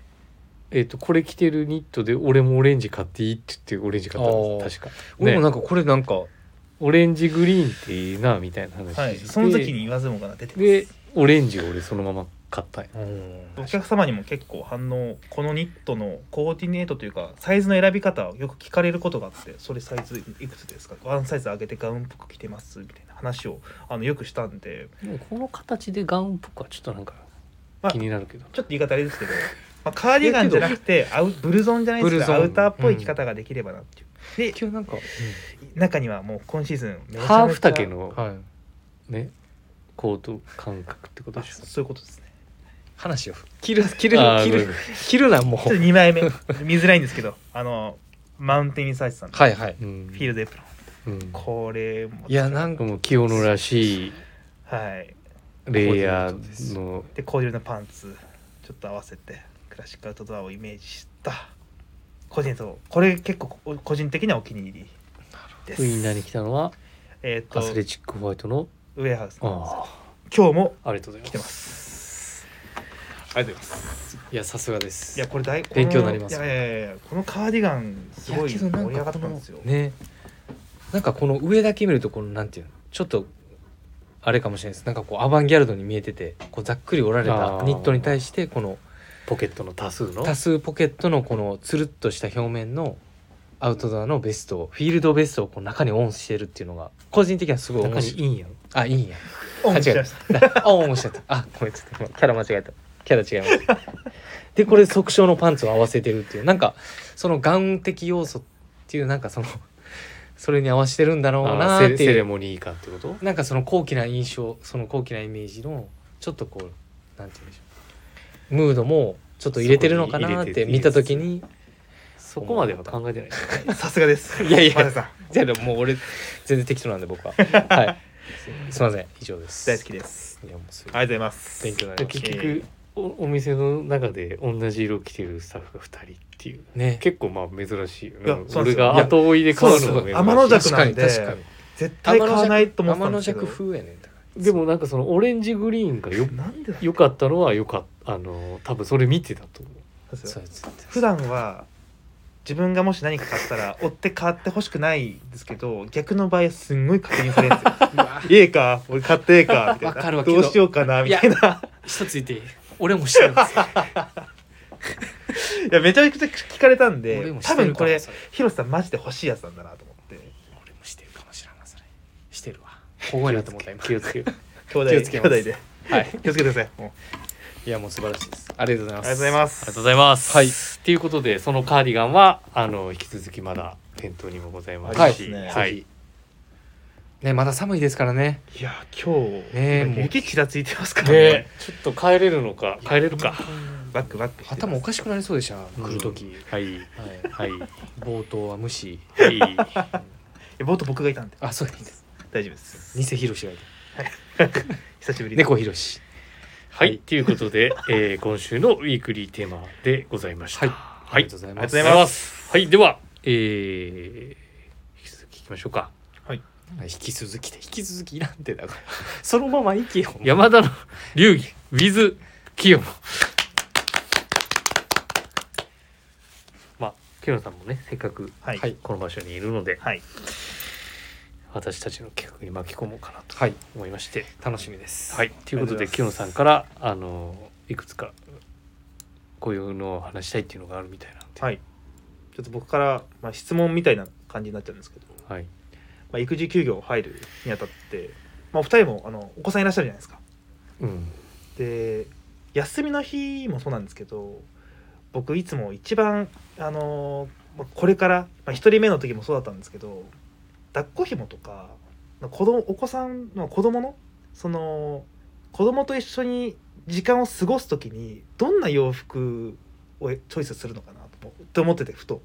えっ、とこれ着てるニットで俺もオレンジ買っていいって言ってオレンジ買ったんです確か、俺もなね、んかこれなんかオレンジグリーンっていいなみたいな話して、はいその時に言わずもがな出てでますオレンジを俺そのまま買ったんやうんお客様にも結構反応このニットのコーディネートというかサイズの選び方をよく聞かれることがあってそれサイズいくつですかワンサイズ上げてガウンっぽく着てますみたいな話をあのよくしたんででもこの形でガウンっぽくはちょっとなんかまあ気になるけど、ちょっと言い方あれですけど、 まあ、カーディガンじゃなくてアウブルゾンじゃないですブルけゾどンアウターっぽい着方ができればなっていう、急なんかで中にはもう今シーズンめちゃめちゃハーフ丈のはいねコート感覚ってことあでしょそういうことですね話を切る切るあー切ごめるんごめん切るなもちょっうと2枚目見づらいんですけどあのマウンテンリサーチさんのフはいはいうんィールドエプロンうんこれもいやなんかもう清野らしいはいレイヤーのでコーデュルのパンツちょっと合わせてクラシックアウトドアをイメージした個人とこれ結構お個人的にはお気に入りですウインナーに来たのはえっ、アスレとチックホワイトのウェアハウスなんですよあ今日もあありがとうございます来てますありがとうございますいやさすがですいやこれ大この勉強になりますいやいやいやこのカーディガンすごい盛り上がったんですよ。ねなんかこの上だけ見るとこのなんていうのちょっとあれかもしれないですなんかこうアバンギャルドに見えててこうざっくり折られあたーニットに対してこのポケットの多数の多数ポケットのこのつるっとした表面のアウトドアのベストをフィールドベストをこう中にオンしてるっていうのが個人的にはすごい面中に白いいいんやんあいいんやお間違えたあオンしちゃったあごめんちょっと今キャラ間違えたキャラ違いますでこれ即興のパンツを合わせてるっていうなんかそのガウン的要素っていうなんかそのそれに合わせてるんだろうなあーセーレってセいレうモニー感ってことなんかその高貴な印象その高貴なイメージのちょっとこうなんて言うんでしょうムードもちょっと入れてるのかなそこっに入てれて見た時にそこまでは考えてないさすがで す。いやいやマサさんじゃあでももう俺全然適当なんで僕ははいすいません以上です大好きです。いやもうすごいありがとうございます。勉強になりでまし結た局おお店の中で同じ色着てるスタッフが2人っていうね結構まあ珍しいよいやねそうなんで俺すよが後追いで買うのいやそうがなんですよ天の弱確かになんで確かに絶対買わないと思ってた天んでのすけ弱ど。風やねんだからでもなんかそのオレンジグリーンがよなんでだ良かったのは良かったあの多分それ見てたと思うですよそうやつって普段は自分がもし何か買ったら追って買ってほしくないんですけど逆の場合すんごい確認されるん ですよええか俺買ってええかみたいなわかるわけどどうしようかなみたいな一ついていい俺もしてるんですよいやめちゃくちゃ聞かれたん俺でもし多て分るこかもれそれ広瀬さんマジで欲しいやつなんだなと思って俺もしてるかもしれないそれしてるわここになと思った今気をつけよう兄弟気をつけ兄ます弟ではい気をつけてくださいもういやもう素晴らしいですありがとうございあまりすがとうございますありがとうございます。はいということでそのカーディガンはあの引き続きまだ店頭にもございますし、はいははいい。ね、まだ寒いですから ね。いや今日、ねえもう雪ちらついてますからねでちょっと帰れるのか帰れるかバックバックして頭おかしくなりそうでした。来る時、はいはい。はい冒頭は無視。はいえボート僕がいたんであ、そうです。大丈夫です偽ひろしがいる。久しぶりで猫ひろし。はいということで、えー、今週のウィークリーテーマでございましはた。。いありがとうございます。ありがとうございますはいでは、えー、引き続きいきましょうか。引き続きで引き続きなんてだから。そのまま行けよ。山田の流儀 with 清野まあ清野さんもねせっかくはいはいこの場所にいるので、はい私たちの企画に巻き込もうかなとはい。思いまして楽しみです。はい。といありうことでがとうございます清野さんからあのいくつかこういうのを話したいっていうのがあるみたいなんではいちょっと僕から、まあ、質問みたいな感じになっちゃうんですけど、はいまあ、育児休業入るにあたって、まあ、お二人もあのお子さんいらっしゃるじゃないですかうんで休みの日もそうなんですけど僕いつも一番あのまあこれから、まあ、一人目の時もそうだったんですけど抱っこ紐とか子供お子さんの子供のその子供と一緒に時間を過ごす時にどんな洋服をチョイスするのかなと思って思っててふと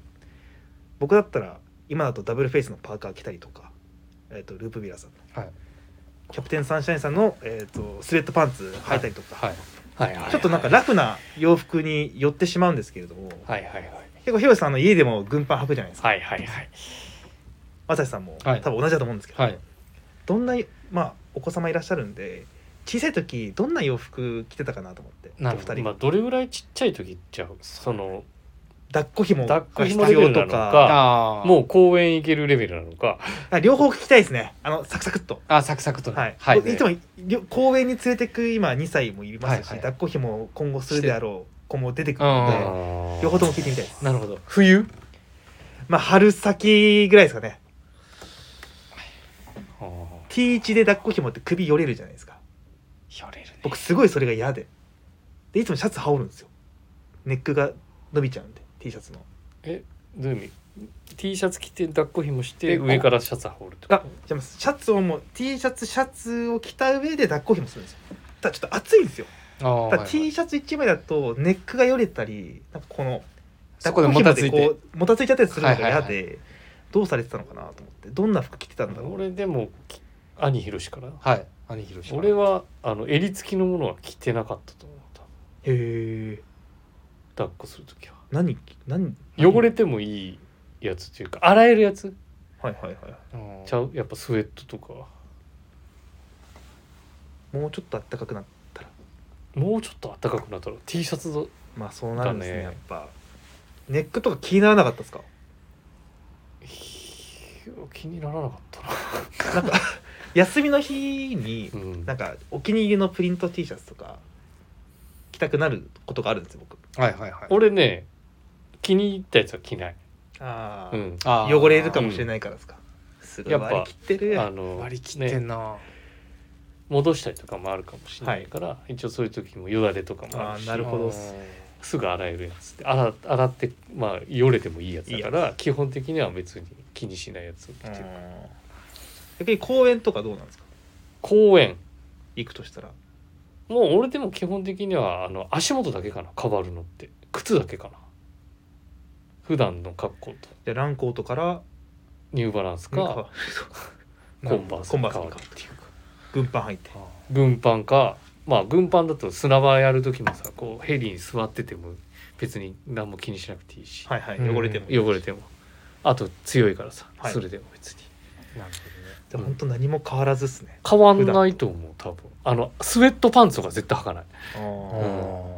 僕だったら今だとダブルフェイスのパーカー着たりとか、えー、とループビラさんのはい。キャプテンサンシャインさんの、えー、とスウェットパンツ履いたりとか、はい。はいはいちょっとなんかはいラフな洋服に寄ってしまうんですけれども、はいはい結構広瀬さんの家でも軍パン履くじゃないですかはいはいはい正志さんも、はい多分同じだと思うんですけど、はい。どんな、まあ、お子様いらっしゃるんで小さい時どんな洋服着てたかなと思ってなるほどお二人まあどれぐらいちっちゃい時っちゃうその抱っこ紐抱っこが紐必レベル要なのとかかああ。もう公園行けるレベルなのかあ両方聞きたいですねあのサクサクっと。あ、サクサクとね。はい、はいい、。つもりょ公園に連れてく今2歳もいますし、はいはい抱っこ紐を今後するであろう子も出てくるあのであー両方とも聞いてみたいですなるほど。冬。まあ春先ぐらいですかねあー T 字で抱っこ紐って首よれるじゃないですかよれるね。僕すごいそれが嫌ででいつもシャツ羽織るんですよネックが伸びちゃうんで T シャツのどういう意味 T シャツ着て抱っこ紐してえ上からシャツ羽織るとあかじゃあシャツをもう T シャツシャツを着た上で抱っこ紐するんですよただちょっと暑いんですよああはだかいらはい T シャツ1枚だとネックがよれたりなんかこのそこでもたつい抱ってこ紐でこうもたついちゃったりするのが嫌はいはいでどうされてたのかなと思ってどんな服着てたんだろう俺でもき兄ひろしからはい兄ひろし俺はあの襟付きのものは着てなかったと思ったへえ抱っこする時は何何汚れてもいいやつというか洗えるやつはいはいはいうんちゃうやっぱスウェットとかもうちょっと暖かくなったらもうちょっと暖かくなったら T シャツだまあそうなるんですねだねやっぱネックとか気にならなかったですかひ気にならなかったな休みの日にうんなんかお気に入りのプリント T シャツとか着たくなることがあるんですよ僕はいはいはい俺ね気に入ったやつは着ない、あうーん、あー汚れるかもしれないからですか、すごいやっぱ割り切ってるあやの割り切ってんね、な戻したりとかもあるかもしれないから、一応そういう時もよだれとかもあるしあーなるほどっすうすぐ洗えるやつで洗洗ってまあよれてもいいやつだから基本的には別に気にしないやつを着てんる逆に公園とかどうなんですか公園行くとしたらもう俺でも基本的にはあの足元だけかなかばるのって靴だけかな普段の格好とじゃあランコートからニューバランスかかんコンバースコンバースにに変わ変るわっるていうか軍パン履いてあ軍パンかまあ軍パンだと砂場やる時もさこうヘリに座ってても別に何も気にしなくていいし、はいはいうん汚れてもいい汚れてもあと強いからさ、はいそれでも別にーなるほどねでも本当何も変わらずですね、変わんないと思う多分あのスウェットパンツとか絶対履かないあうんーい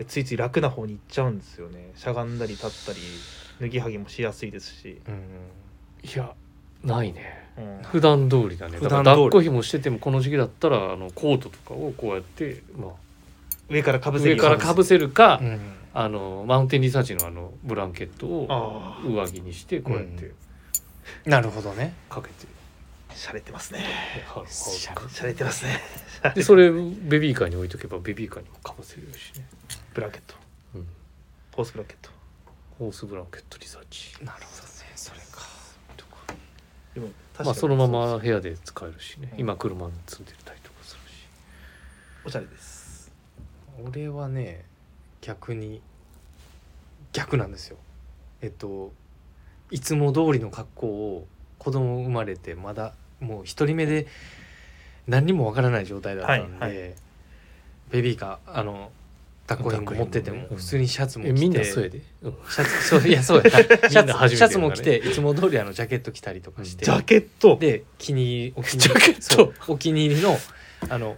やついつい楽な方に行っちゃうんですよねしゃがんだり立ったり脱ぎはぎもしやすいですし、うんいやないねうん、普段通りだね普だから段通り抱っこひもしててもこの時期だったらあのコートとかをこうやって、ま上からかあ、ぶせ上るからかぶせるか、うんあのマウンテンリサーチのあのブランケットをああ上着にしてこうやってなるほどねかけて、しゃれてますねはるしゃはるしゃれてますねでそれベビーカーに置いとけばベビーカーにもかぶせるしね、ブランケットうん、ホースブランケットホースブランケットリサーチなるほどねそれかとかでも確かにまあそのまま部屋で使えるしねうん今車に積んでたりとかするしおしゃれです俺はね逆に逆なんですよえっといつも通りの格好を子供生まれてまだもう一人目で何にもわからない状態だったんで、はいベビーカーあの抱っこひも持ってても抱っこひもね普通にシャツもえ着てみんなそうやで、うんシャツそういや そうやシャツみんな初めてシャツもだね着ていつも通りあのジャケット着たりとかしてジャケットで気に入りお気にジャケ入りットそうお気に入りのあの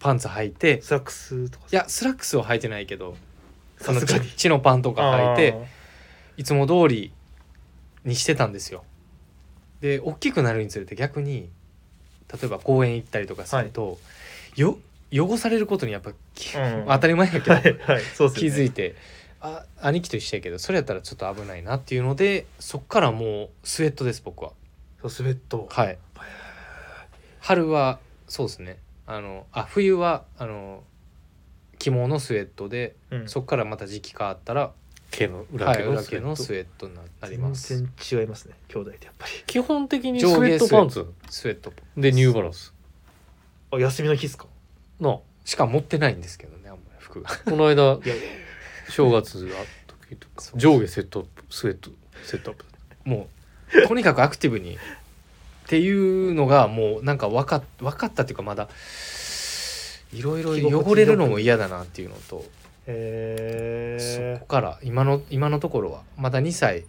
パンツ履いてスラックスとかいやスラックスを履いてないけどそさのすがにチチノパンとか履いあてーいつも通りにしてたんですよで大きくなるにつれて逆に例えば公園行ったりとかすると、よ汚されることにやっぱ気、うん当たり前やけど、はいはいそうです気ねづいてあ兄貴と一緒やけどそれやったらちょっと危ないなっていうのでそっからもうスウェットです僕はそうスウェットはい春はそうですねあのあ冬はあの着物のスウェットでうんそこからまた時期変わったら、毛の裏はい、毛の裏スウ毛ェのッストウェットにななります全然違いますね兄弟ってやっぱり基本的にスウ上ェ下ットパンツスウェットでニューバランスあ休みの日ですかのしか持ってないんですけどねあんまり服がこの間いやいや正月があった時とかそう上下セットアップスウェットセットアップも うとにかくアクティブにっていうのがもうなんか分かっ分かったっていうかまだいろいろ汚れるのも嫌だなっていうのとえそこから今の今のところはまだ2歳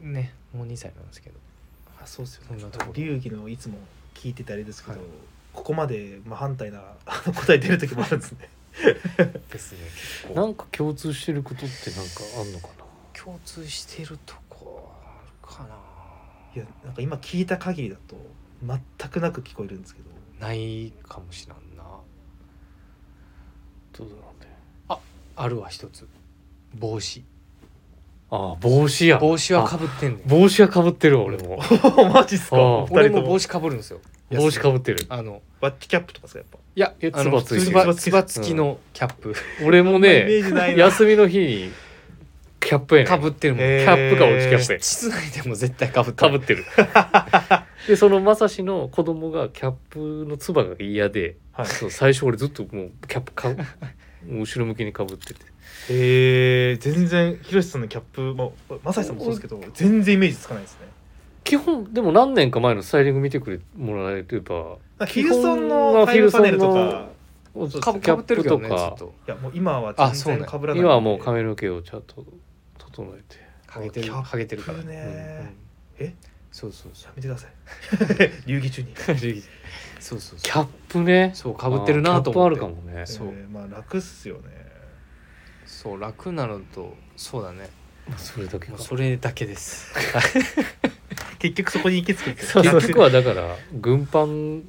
ねもう2歳なんですけどー、あそうですそよんねなところ流儀のいつも聞いてたあれですけど、はいここまで真反対なあの答え出る時もあるんですねですね結な構んか共通してることってなんかあんのかな共通してるとこあるかないやなんか今聞いた限りだと全くなく聞こえるんですけど ないかもしらんなどうだろうねあるわ一つ帽子ああ帽子や帽子はかあぶってんねん帽子はかぶってるわ俺もマジっすかあーお二俺人とも帽も子かぶるんですよ帽子かぶぶってるあのバッチキャップとかですかやっぱいやえあのつばついてるつばつばつきのキャップ俺もイメーねジないな休みの日にキャップやねんかぶってるもん、えキャップか俺キャップや室内でも絶対かぶってかるぶって るでそのまさしの子供がキャップのつばが嫌で、はいそう最初俺ずっともうキャップかぶもう後ろ向きにかぶっててえー、全然ひろしさんのキャップもまさしさんもそうですけど全然イメージつかないですね基本でも何年か前のスタイリング見てくれもらえればなんかヒルソンのタイムパネルとかキそうャかぶかッぶプってるけどとねずっかといやもう今はあそう全ね然かぶらないんで今はもう髪の毛をちゃんと整えてハゲてキるャップハゲてるからねうんえそうそうそや うめてください 流儀中にそうそうキそャップねうそうかぶってるなとあ思っーキャッてプあるかもねそうえーまあ楽っすよねそう楽なのとそうだねそれだけもかうそれだけです結 局そこに行き着くんです結よ局はだから軍パン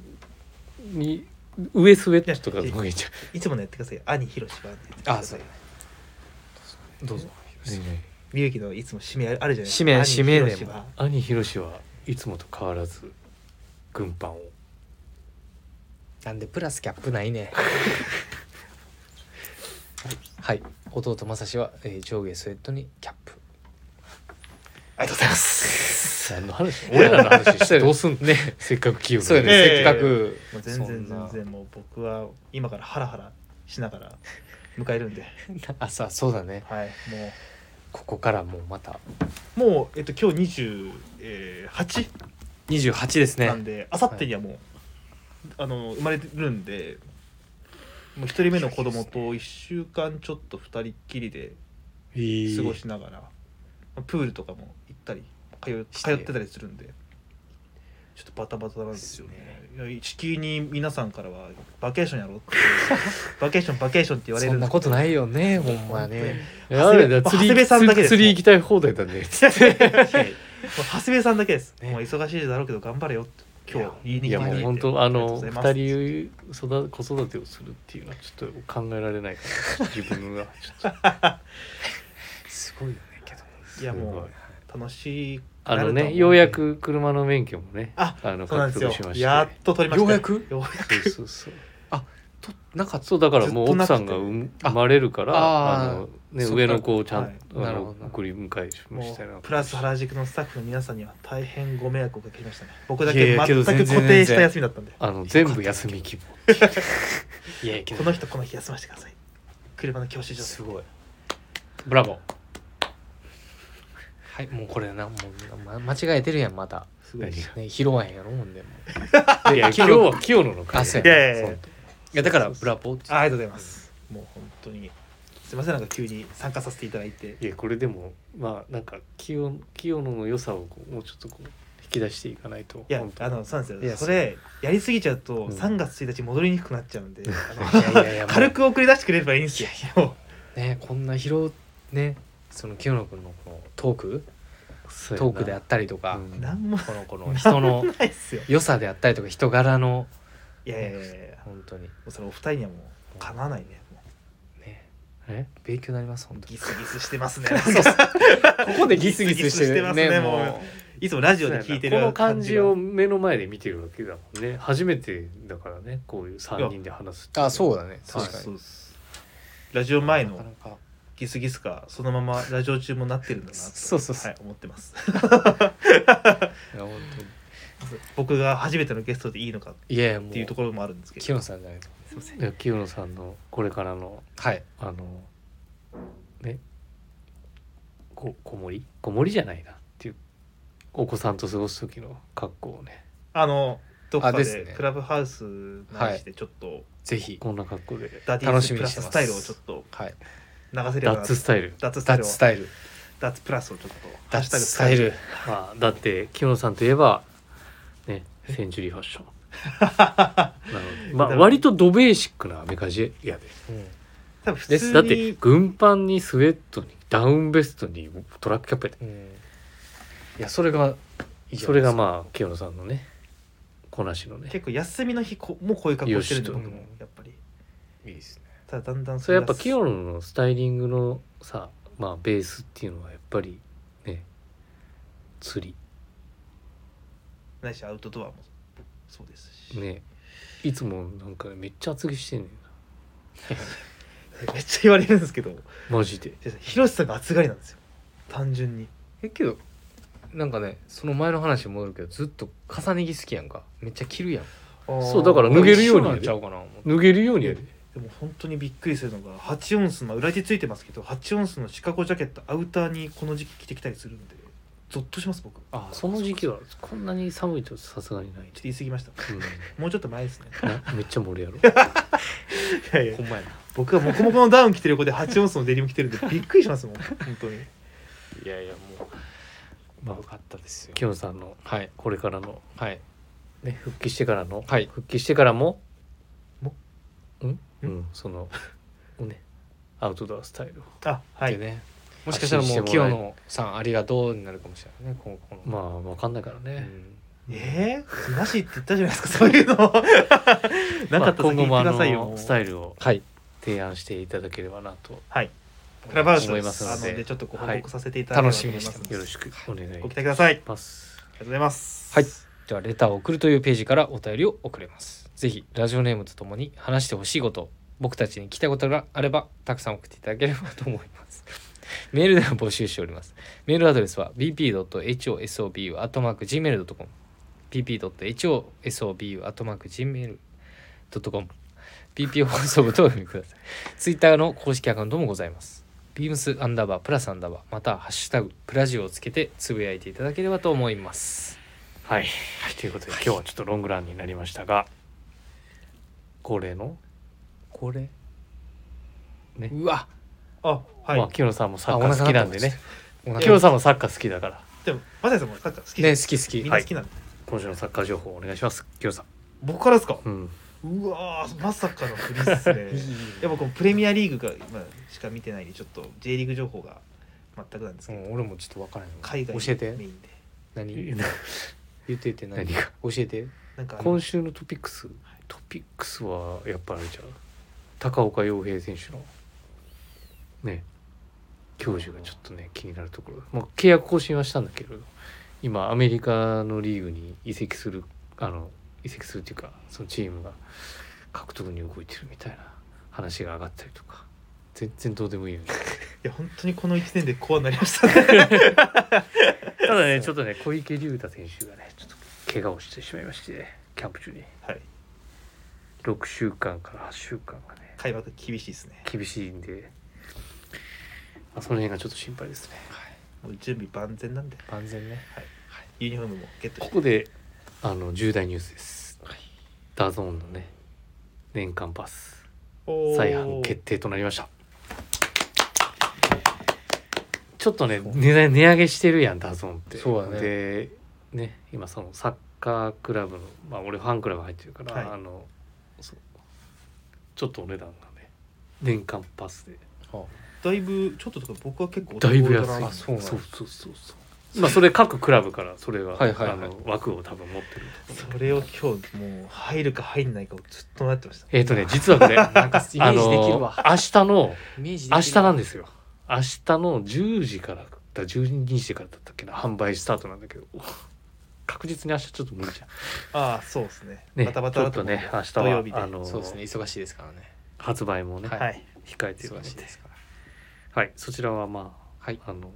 に上スウェットとかの方がいいんじゃいつものやってください兄ひろしはって言ってくだ あさそいうどうぞないねえね龍儀のいつも指名あるじゃないですか指名兄指名ひろしはえ兄ひろしはいつもと変わらず軍パンをなんでプラスキャップない ね。はい、弟正志は、えー上下スウェットにキャップ。ありがとうござい ます何の話俺らの話してどうすん ねせっかく器用なそうよね、ええせっかく。もう全然そんな全然もう僕は今からハラハラしながら迎えるん であ、さ、そうだね。はいここからもうまた。もうもうえっと今日28二十八ですねな。んで、あさってにはもう、あの生まれるんで、もう一人目の子供と一週間ちょっと二人っきりで過ごしながら、プールとかも行ったり通うして通ってたりするんで、ちょっとバタバタなんですよね。いや地球に皆さんからはバケーションやろうって、 バケーションバケーションって言われるそんなこと ないよねほんまねいやあれだよ長釣谷部長谷り部さんだけです釣り行きたい放題だね本当にもう長谷部さんだけです。ねもう忙しいだろうけど頑張れよって。今日言いにい来やていたもうだいて本当ありがとうのございます二人育子育てをするっていうのはちょっと考えられないから自分がちょ っすごいよねけどいやとすごもいう楽しいあのなると思うんねでようやく車の免許もねあのそうなん獲で得すよしま。してやっと取りましたね。ようやくよそうそうそうとなかったそうだからもうずっと奥なくてさんが生生まれるからあああの、ね、そっか上の子をちゃんはいと、あなるのほど送り迎えしまもしたようプラス原宿のスタッフの皆さんには大変ご迷惑をおかけしましたね僕だいやけいやけど全全く然固定した休みだったんであの全部休み希望いやいやけこどの人この日休ませてください車の教習所ですごいブラボはいもうこれなもう、ま、間違えてるやんまた、すごい何がね、拾わへんやろもんでもーいや今日は清野の会あそういやいやいやそういやだからブラボーってあありがとうございますもう本当にすいませんなんか急に参加させていただいていやこれでもまあなんか清清野の良さをこうもうちょっとこう引き出していかないといや本当あのそうなんですいよやそれやりすぎちゃうとうん3月1日戻りにくくなっちゃうんでい やいやいあやの軽く送り出してくれればいいんですよもねこんな拾うねその清野君のこのトークそうやなトークであったりとか、うんうなんもこのこの人 のないっすよ良さであったりとか人柄のいやいやいやいやも本当にうそれお二人にはもうかなわないねもねえ勉強になります本う当にギスギスしてますねここでギスギスしてギスギスしてまるすねねもいつもラジオで聞いてるこの感じがを目の前で見てるわけだもんね初めてだからねこういう3人で話すうあそうだだねはい確かにそうですラジオ前なかなのかギスギスかそのままラジオ中もなってるんだなとそうそうそうはい、思ってますいや本当に僕が初めてのゲストでいいのかっいやいやもうていうところもあるんですけど清野さんじゃないとすいません清野さんのこれからのはいあのねこ子守子守じゃないなっていうお子さんと過ごす時の格好をねあのどっかあですでねクラブハウスなりしてちょっと、ぜひこんな格好でダディ楽ーしズみプにラしてスますスタイルをちょっとはい流せればダッツスタイルダッツスタイル脱をスタイルダッツプラスをちょっとハッシュタ脱グスタイルまあだって清野さんといえばねセンチュリーファッ ションなのでまあ割とドベーシックなアメカジやでうん多分普で通すにだって軍パンにスウェットにダウンベストにトラックキャップやでうんいやそれがいいじゃそないれですがかまあ清野さんのねこなしのね結構休みの日こもうこういう格好してるんでよし僕ともやっぱりいいですねただだんだんそれやっぱ気清野のスタイリングのさまあベースっていうのはやっぱりね釣ないしアウトドアもそうですし、りねいつもなんかめっちゃ厚着してんねんめっちゃ言われるんですけどなマジでヒロシさんが暑がりなんですよ単純にえけどなんかねその前の話に戻るけどずっと重ね着好きやんかめっちゃ着るやんそうだからね脱げるようにこれ一緒なんちゃうかな思って脱げるようにやででも本当にびっくりするのが8オンスの裏地ついてますけど8オンスのシカゴジャケットアウターにこの時期着てきたりするんでゾッとします僕ちょっとあその時期はこんなに寒いとさすがに ない、言い過ぎましたうもうちょっと前ですねんなめっちゃ盛りやろいやいやほんまやな僕はモコモコのダウン着てる子で8オンスのデニム着 てるんでびっくりしますもん本当にいやいやもうまあよかったですよ清野さんのはいこれからのはいね復帰してからの、はい復帰してからももうん、うんん、そのねアウトドアスタイルをあはいでねもしかしたらもう発信しても清らえ野さんありがとうになるかもしれないね今後のまあわかんないからうね、んえー、なしって言ったじゃないですかそういう のなかったまあら先今言後もってあくださいよものうスタイルをはい提案していただければなとはいクラブハウス思でいますあのでのでちょっとご報告させていただければと思いますはい楽しみにしてよろしくお願いいご期たし待くださいあります。がとうございますはいではレターを送るというページからお便りを送れますぜひラジオネームとともに話してほしいこと僕たちに聞きたいことがあればたくさん送っていただければと思います メールでは募集しておりますメールアドレスは bp.hosobu.gmail.com bp.hosobu.gmail.com bp 放送部とお読みくださいツイッターの公式アカウントもございますビームスアンダーバープラスアンダーバーまたはハッシュタグプラジオをつけてつぶやいていただければと思いますはい、ということで今日はちょっとロングランになりましたが恒例の、これ、ねうわあはい、まあ清野さんもサあおッカ腹ー好きなんで鳴っねたお腹清野さんもサッカー好きだからでもマサイさんもサッカー好きじゃんね好き好みきんな好きなんで、今週のサッカー情報お願いしますキヨさん、僕からですかうん、うわーまさかのフリっ すねやっぱこうプレミアリーグが、まあ、しか見てないんでちょっと J リーグ情報が全くなんですうけど、ん、俺もちょっと分からな海い外教えてメインで何言ってて何何が教えてなんかあの 今週のトピックストピックスはやっぱあれじゃん高岡洋平選手のね教授がちょっとね気になるところもう契約更新はしたんだけど今アメリカのリーグに移籍するあの移籍するっていうかそのチームが獲得に動いてるみたいな話が上がったりとか全然どうでもいいよねいや本当にこの1年でこうなりましたね ただねちょっとね小池龍太選手がねちょっと怪我をしてしまいましてキャンプ中にはい6週間から8週間がね開幕厳しいですね厳しいんで、まあ、その辺がちょっと心配ですね。もう準備万全なんで万全ねユニフォームもゲットこしてこであの重大ニュースです。ダゾーンのね年間パスおー再販決定となりました。ちょっとね値段値上げしてるやんダゾーンって。そうだねでね今そのサッカークラブのまあ俺ファンクラブ入ってるから、はいあのそうちょっとお値段がね年間パスではだいぶちょっととか僕は結構だいぶ安い驚なあそうなんだそうそうそうそうまあそれ各クラブからそれが、はいはいはいあの枠を多分持ってるそれを今日もう入るか入んないかをずっとなってましたえっ、とね実はこれあなん かイメあージできるのわ明日のイメージできる明日なんでですよ明日の10時からだ12時からだったっけな販売スタートなんだけど 確実に明日ちょっと無理じゃんああそうですねねバタバちタょだっと思うね明日土曜日ではあのそうですね忙しいですからね発売もね、はいはい控えてるの忙でしいですからはいそちらはまあはいあの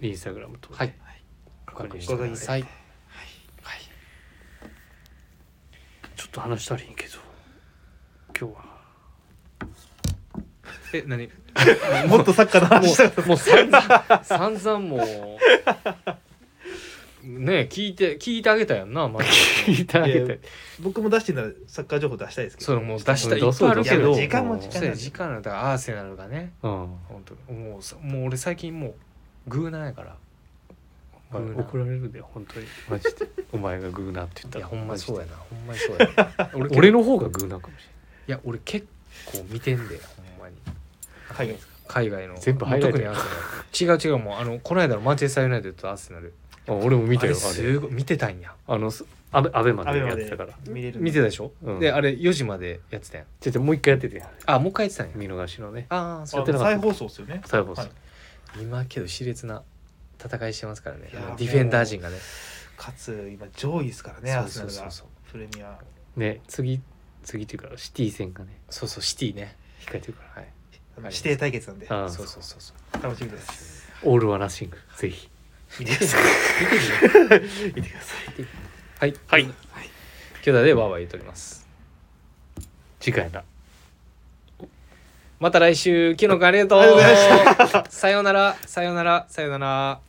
インスタグラムとはい確認してごく確認ださいさいはいちょっと話したらいいけど今日はえ何もっとサッカーの話したかもっうもう散々 散々もうねえ聞いて聞いてあげたやんなま ず聞いてあげいやてた僕も出してんならサッカー情報出したいですけそどれもう出したいっどうぱいあるけどいや時間も時間そうや時間なんだからアーセナルがねうん本当にもうさもう俺最近もうグーナーやからおグー前ナ怒ーられるで本当にマジでお前がグーなって言ったいらやほんまマにジでそうやなほんまにそうや な俺俺のの方がグーなかもしいや俺結構見てんでほんまに海外ですか海外の全部ハイライト特にアーセナル違う違うもうあのこの間のマンチェスターユナイテッドとアーセナルれないあ俺も見たよあれあれすごい見てたんやあのすアベアベマアでベマやってでたから見れる見てたでしょ、うんであれ4時までやってたやんちょっともう一回やっててあもう一回やってたんや見逃しのねあああそやうってなかった再放送ですよね最後はい今けど熾烈な戦いしてますからねいやーあのディフェンダー陣がねかつ今上位ですからねそアうーセそナうルそうがそうプレミアね次次っていうかシティ戦がねそうそうシティね控えてるかはらいあのはい指定対決なんでああそうそうそうそう楽しみですオールはナッシングぜひ見てください見てるね見てください はいはい兄弟でワーワー言うとります次回だまた来週キノ君ありがとうありがとうござさようならさようならさようなら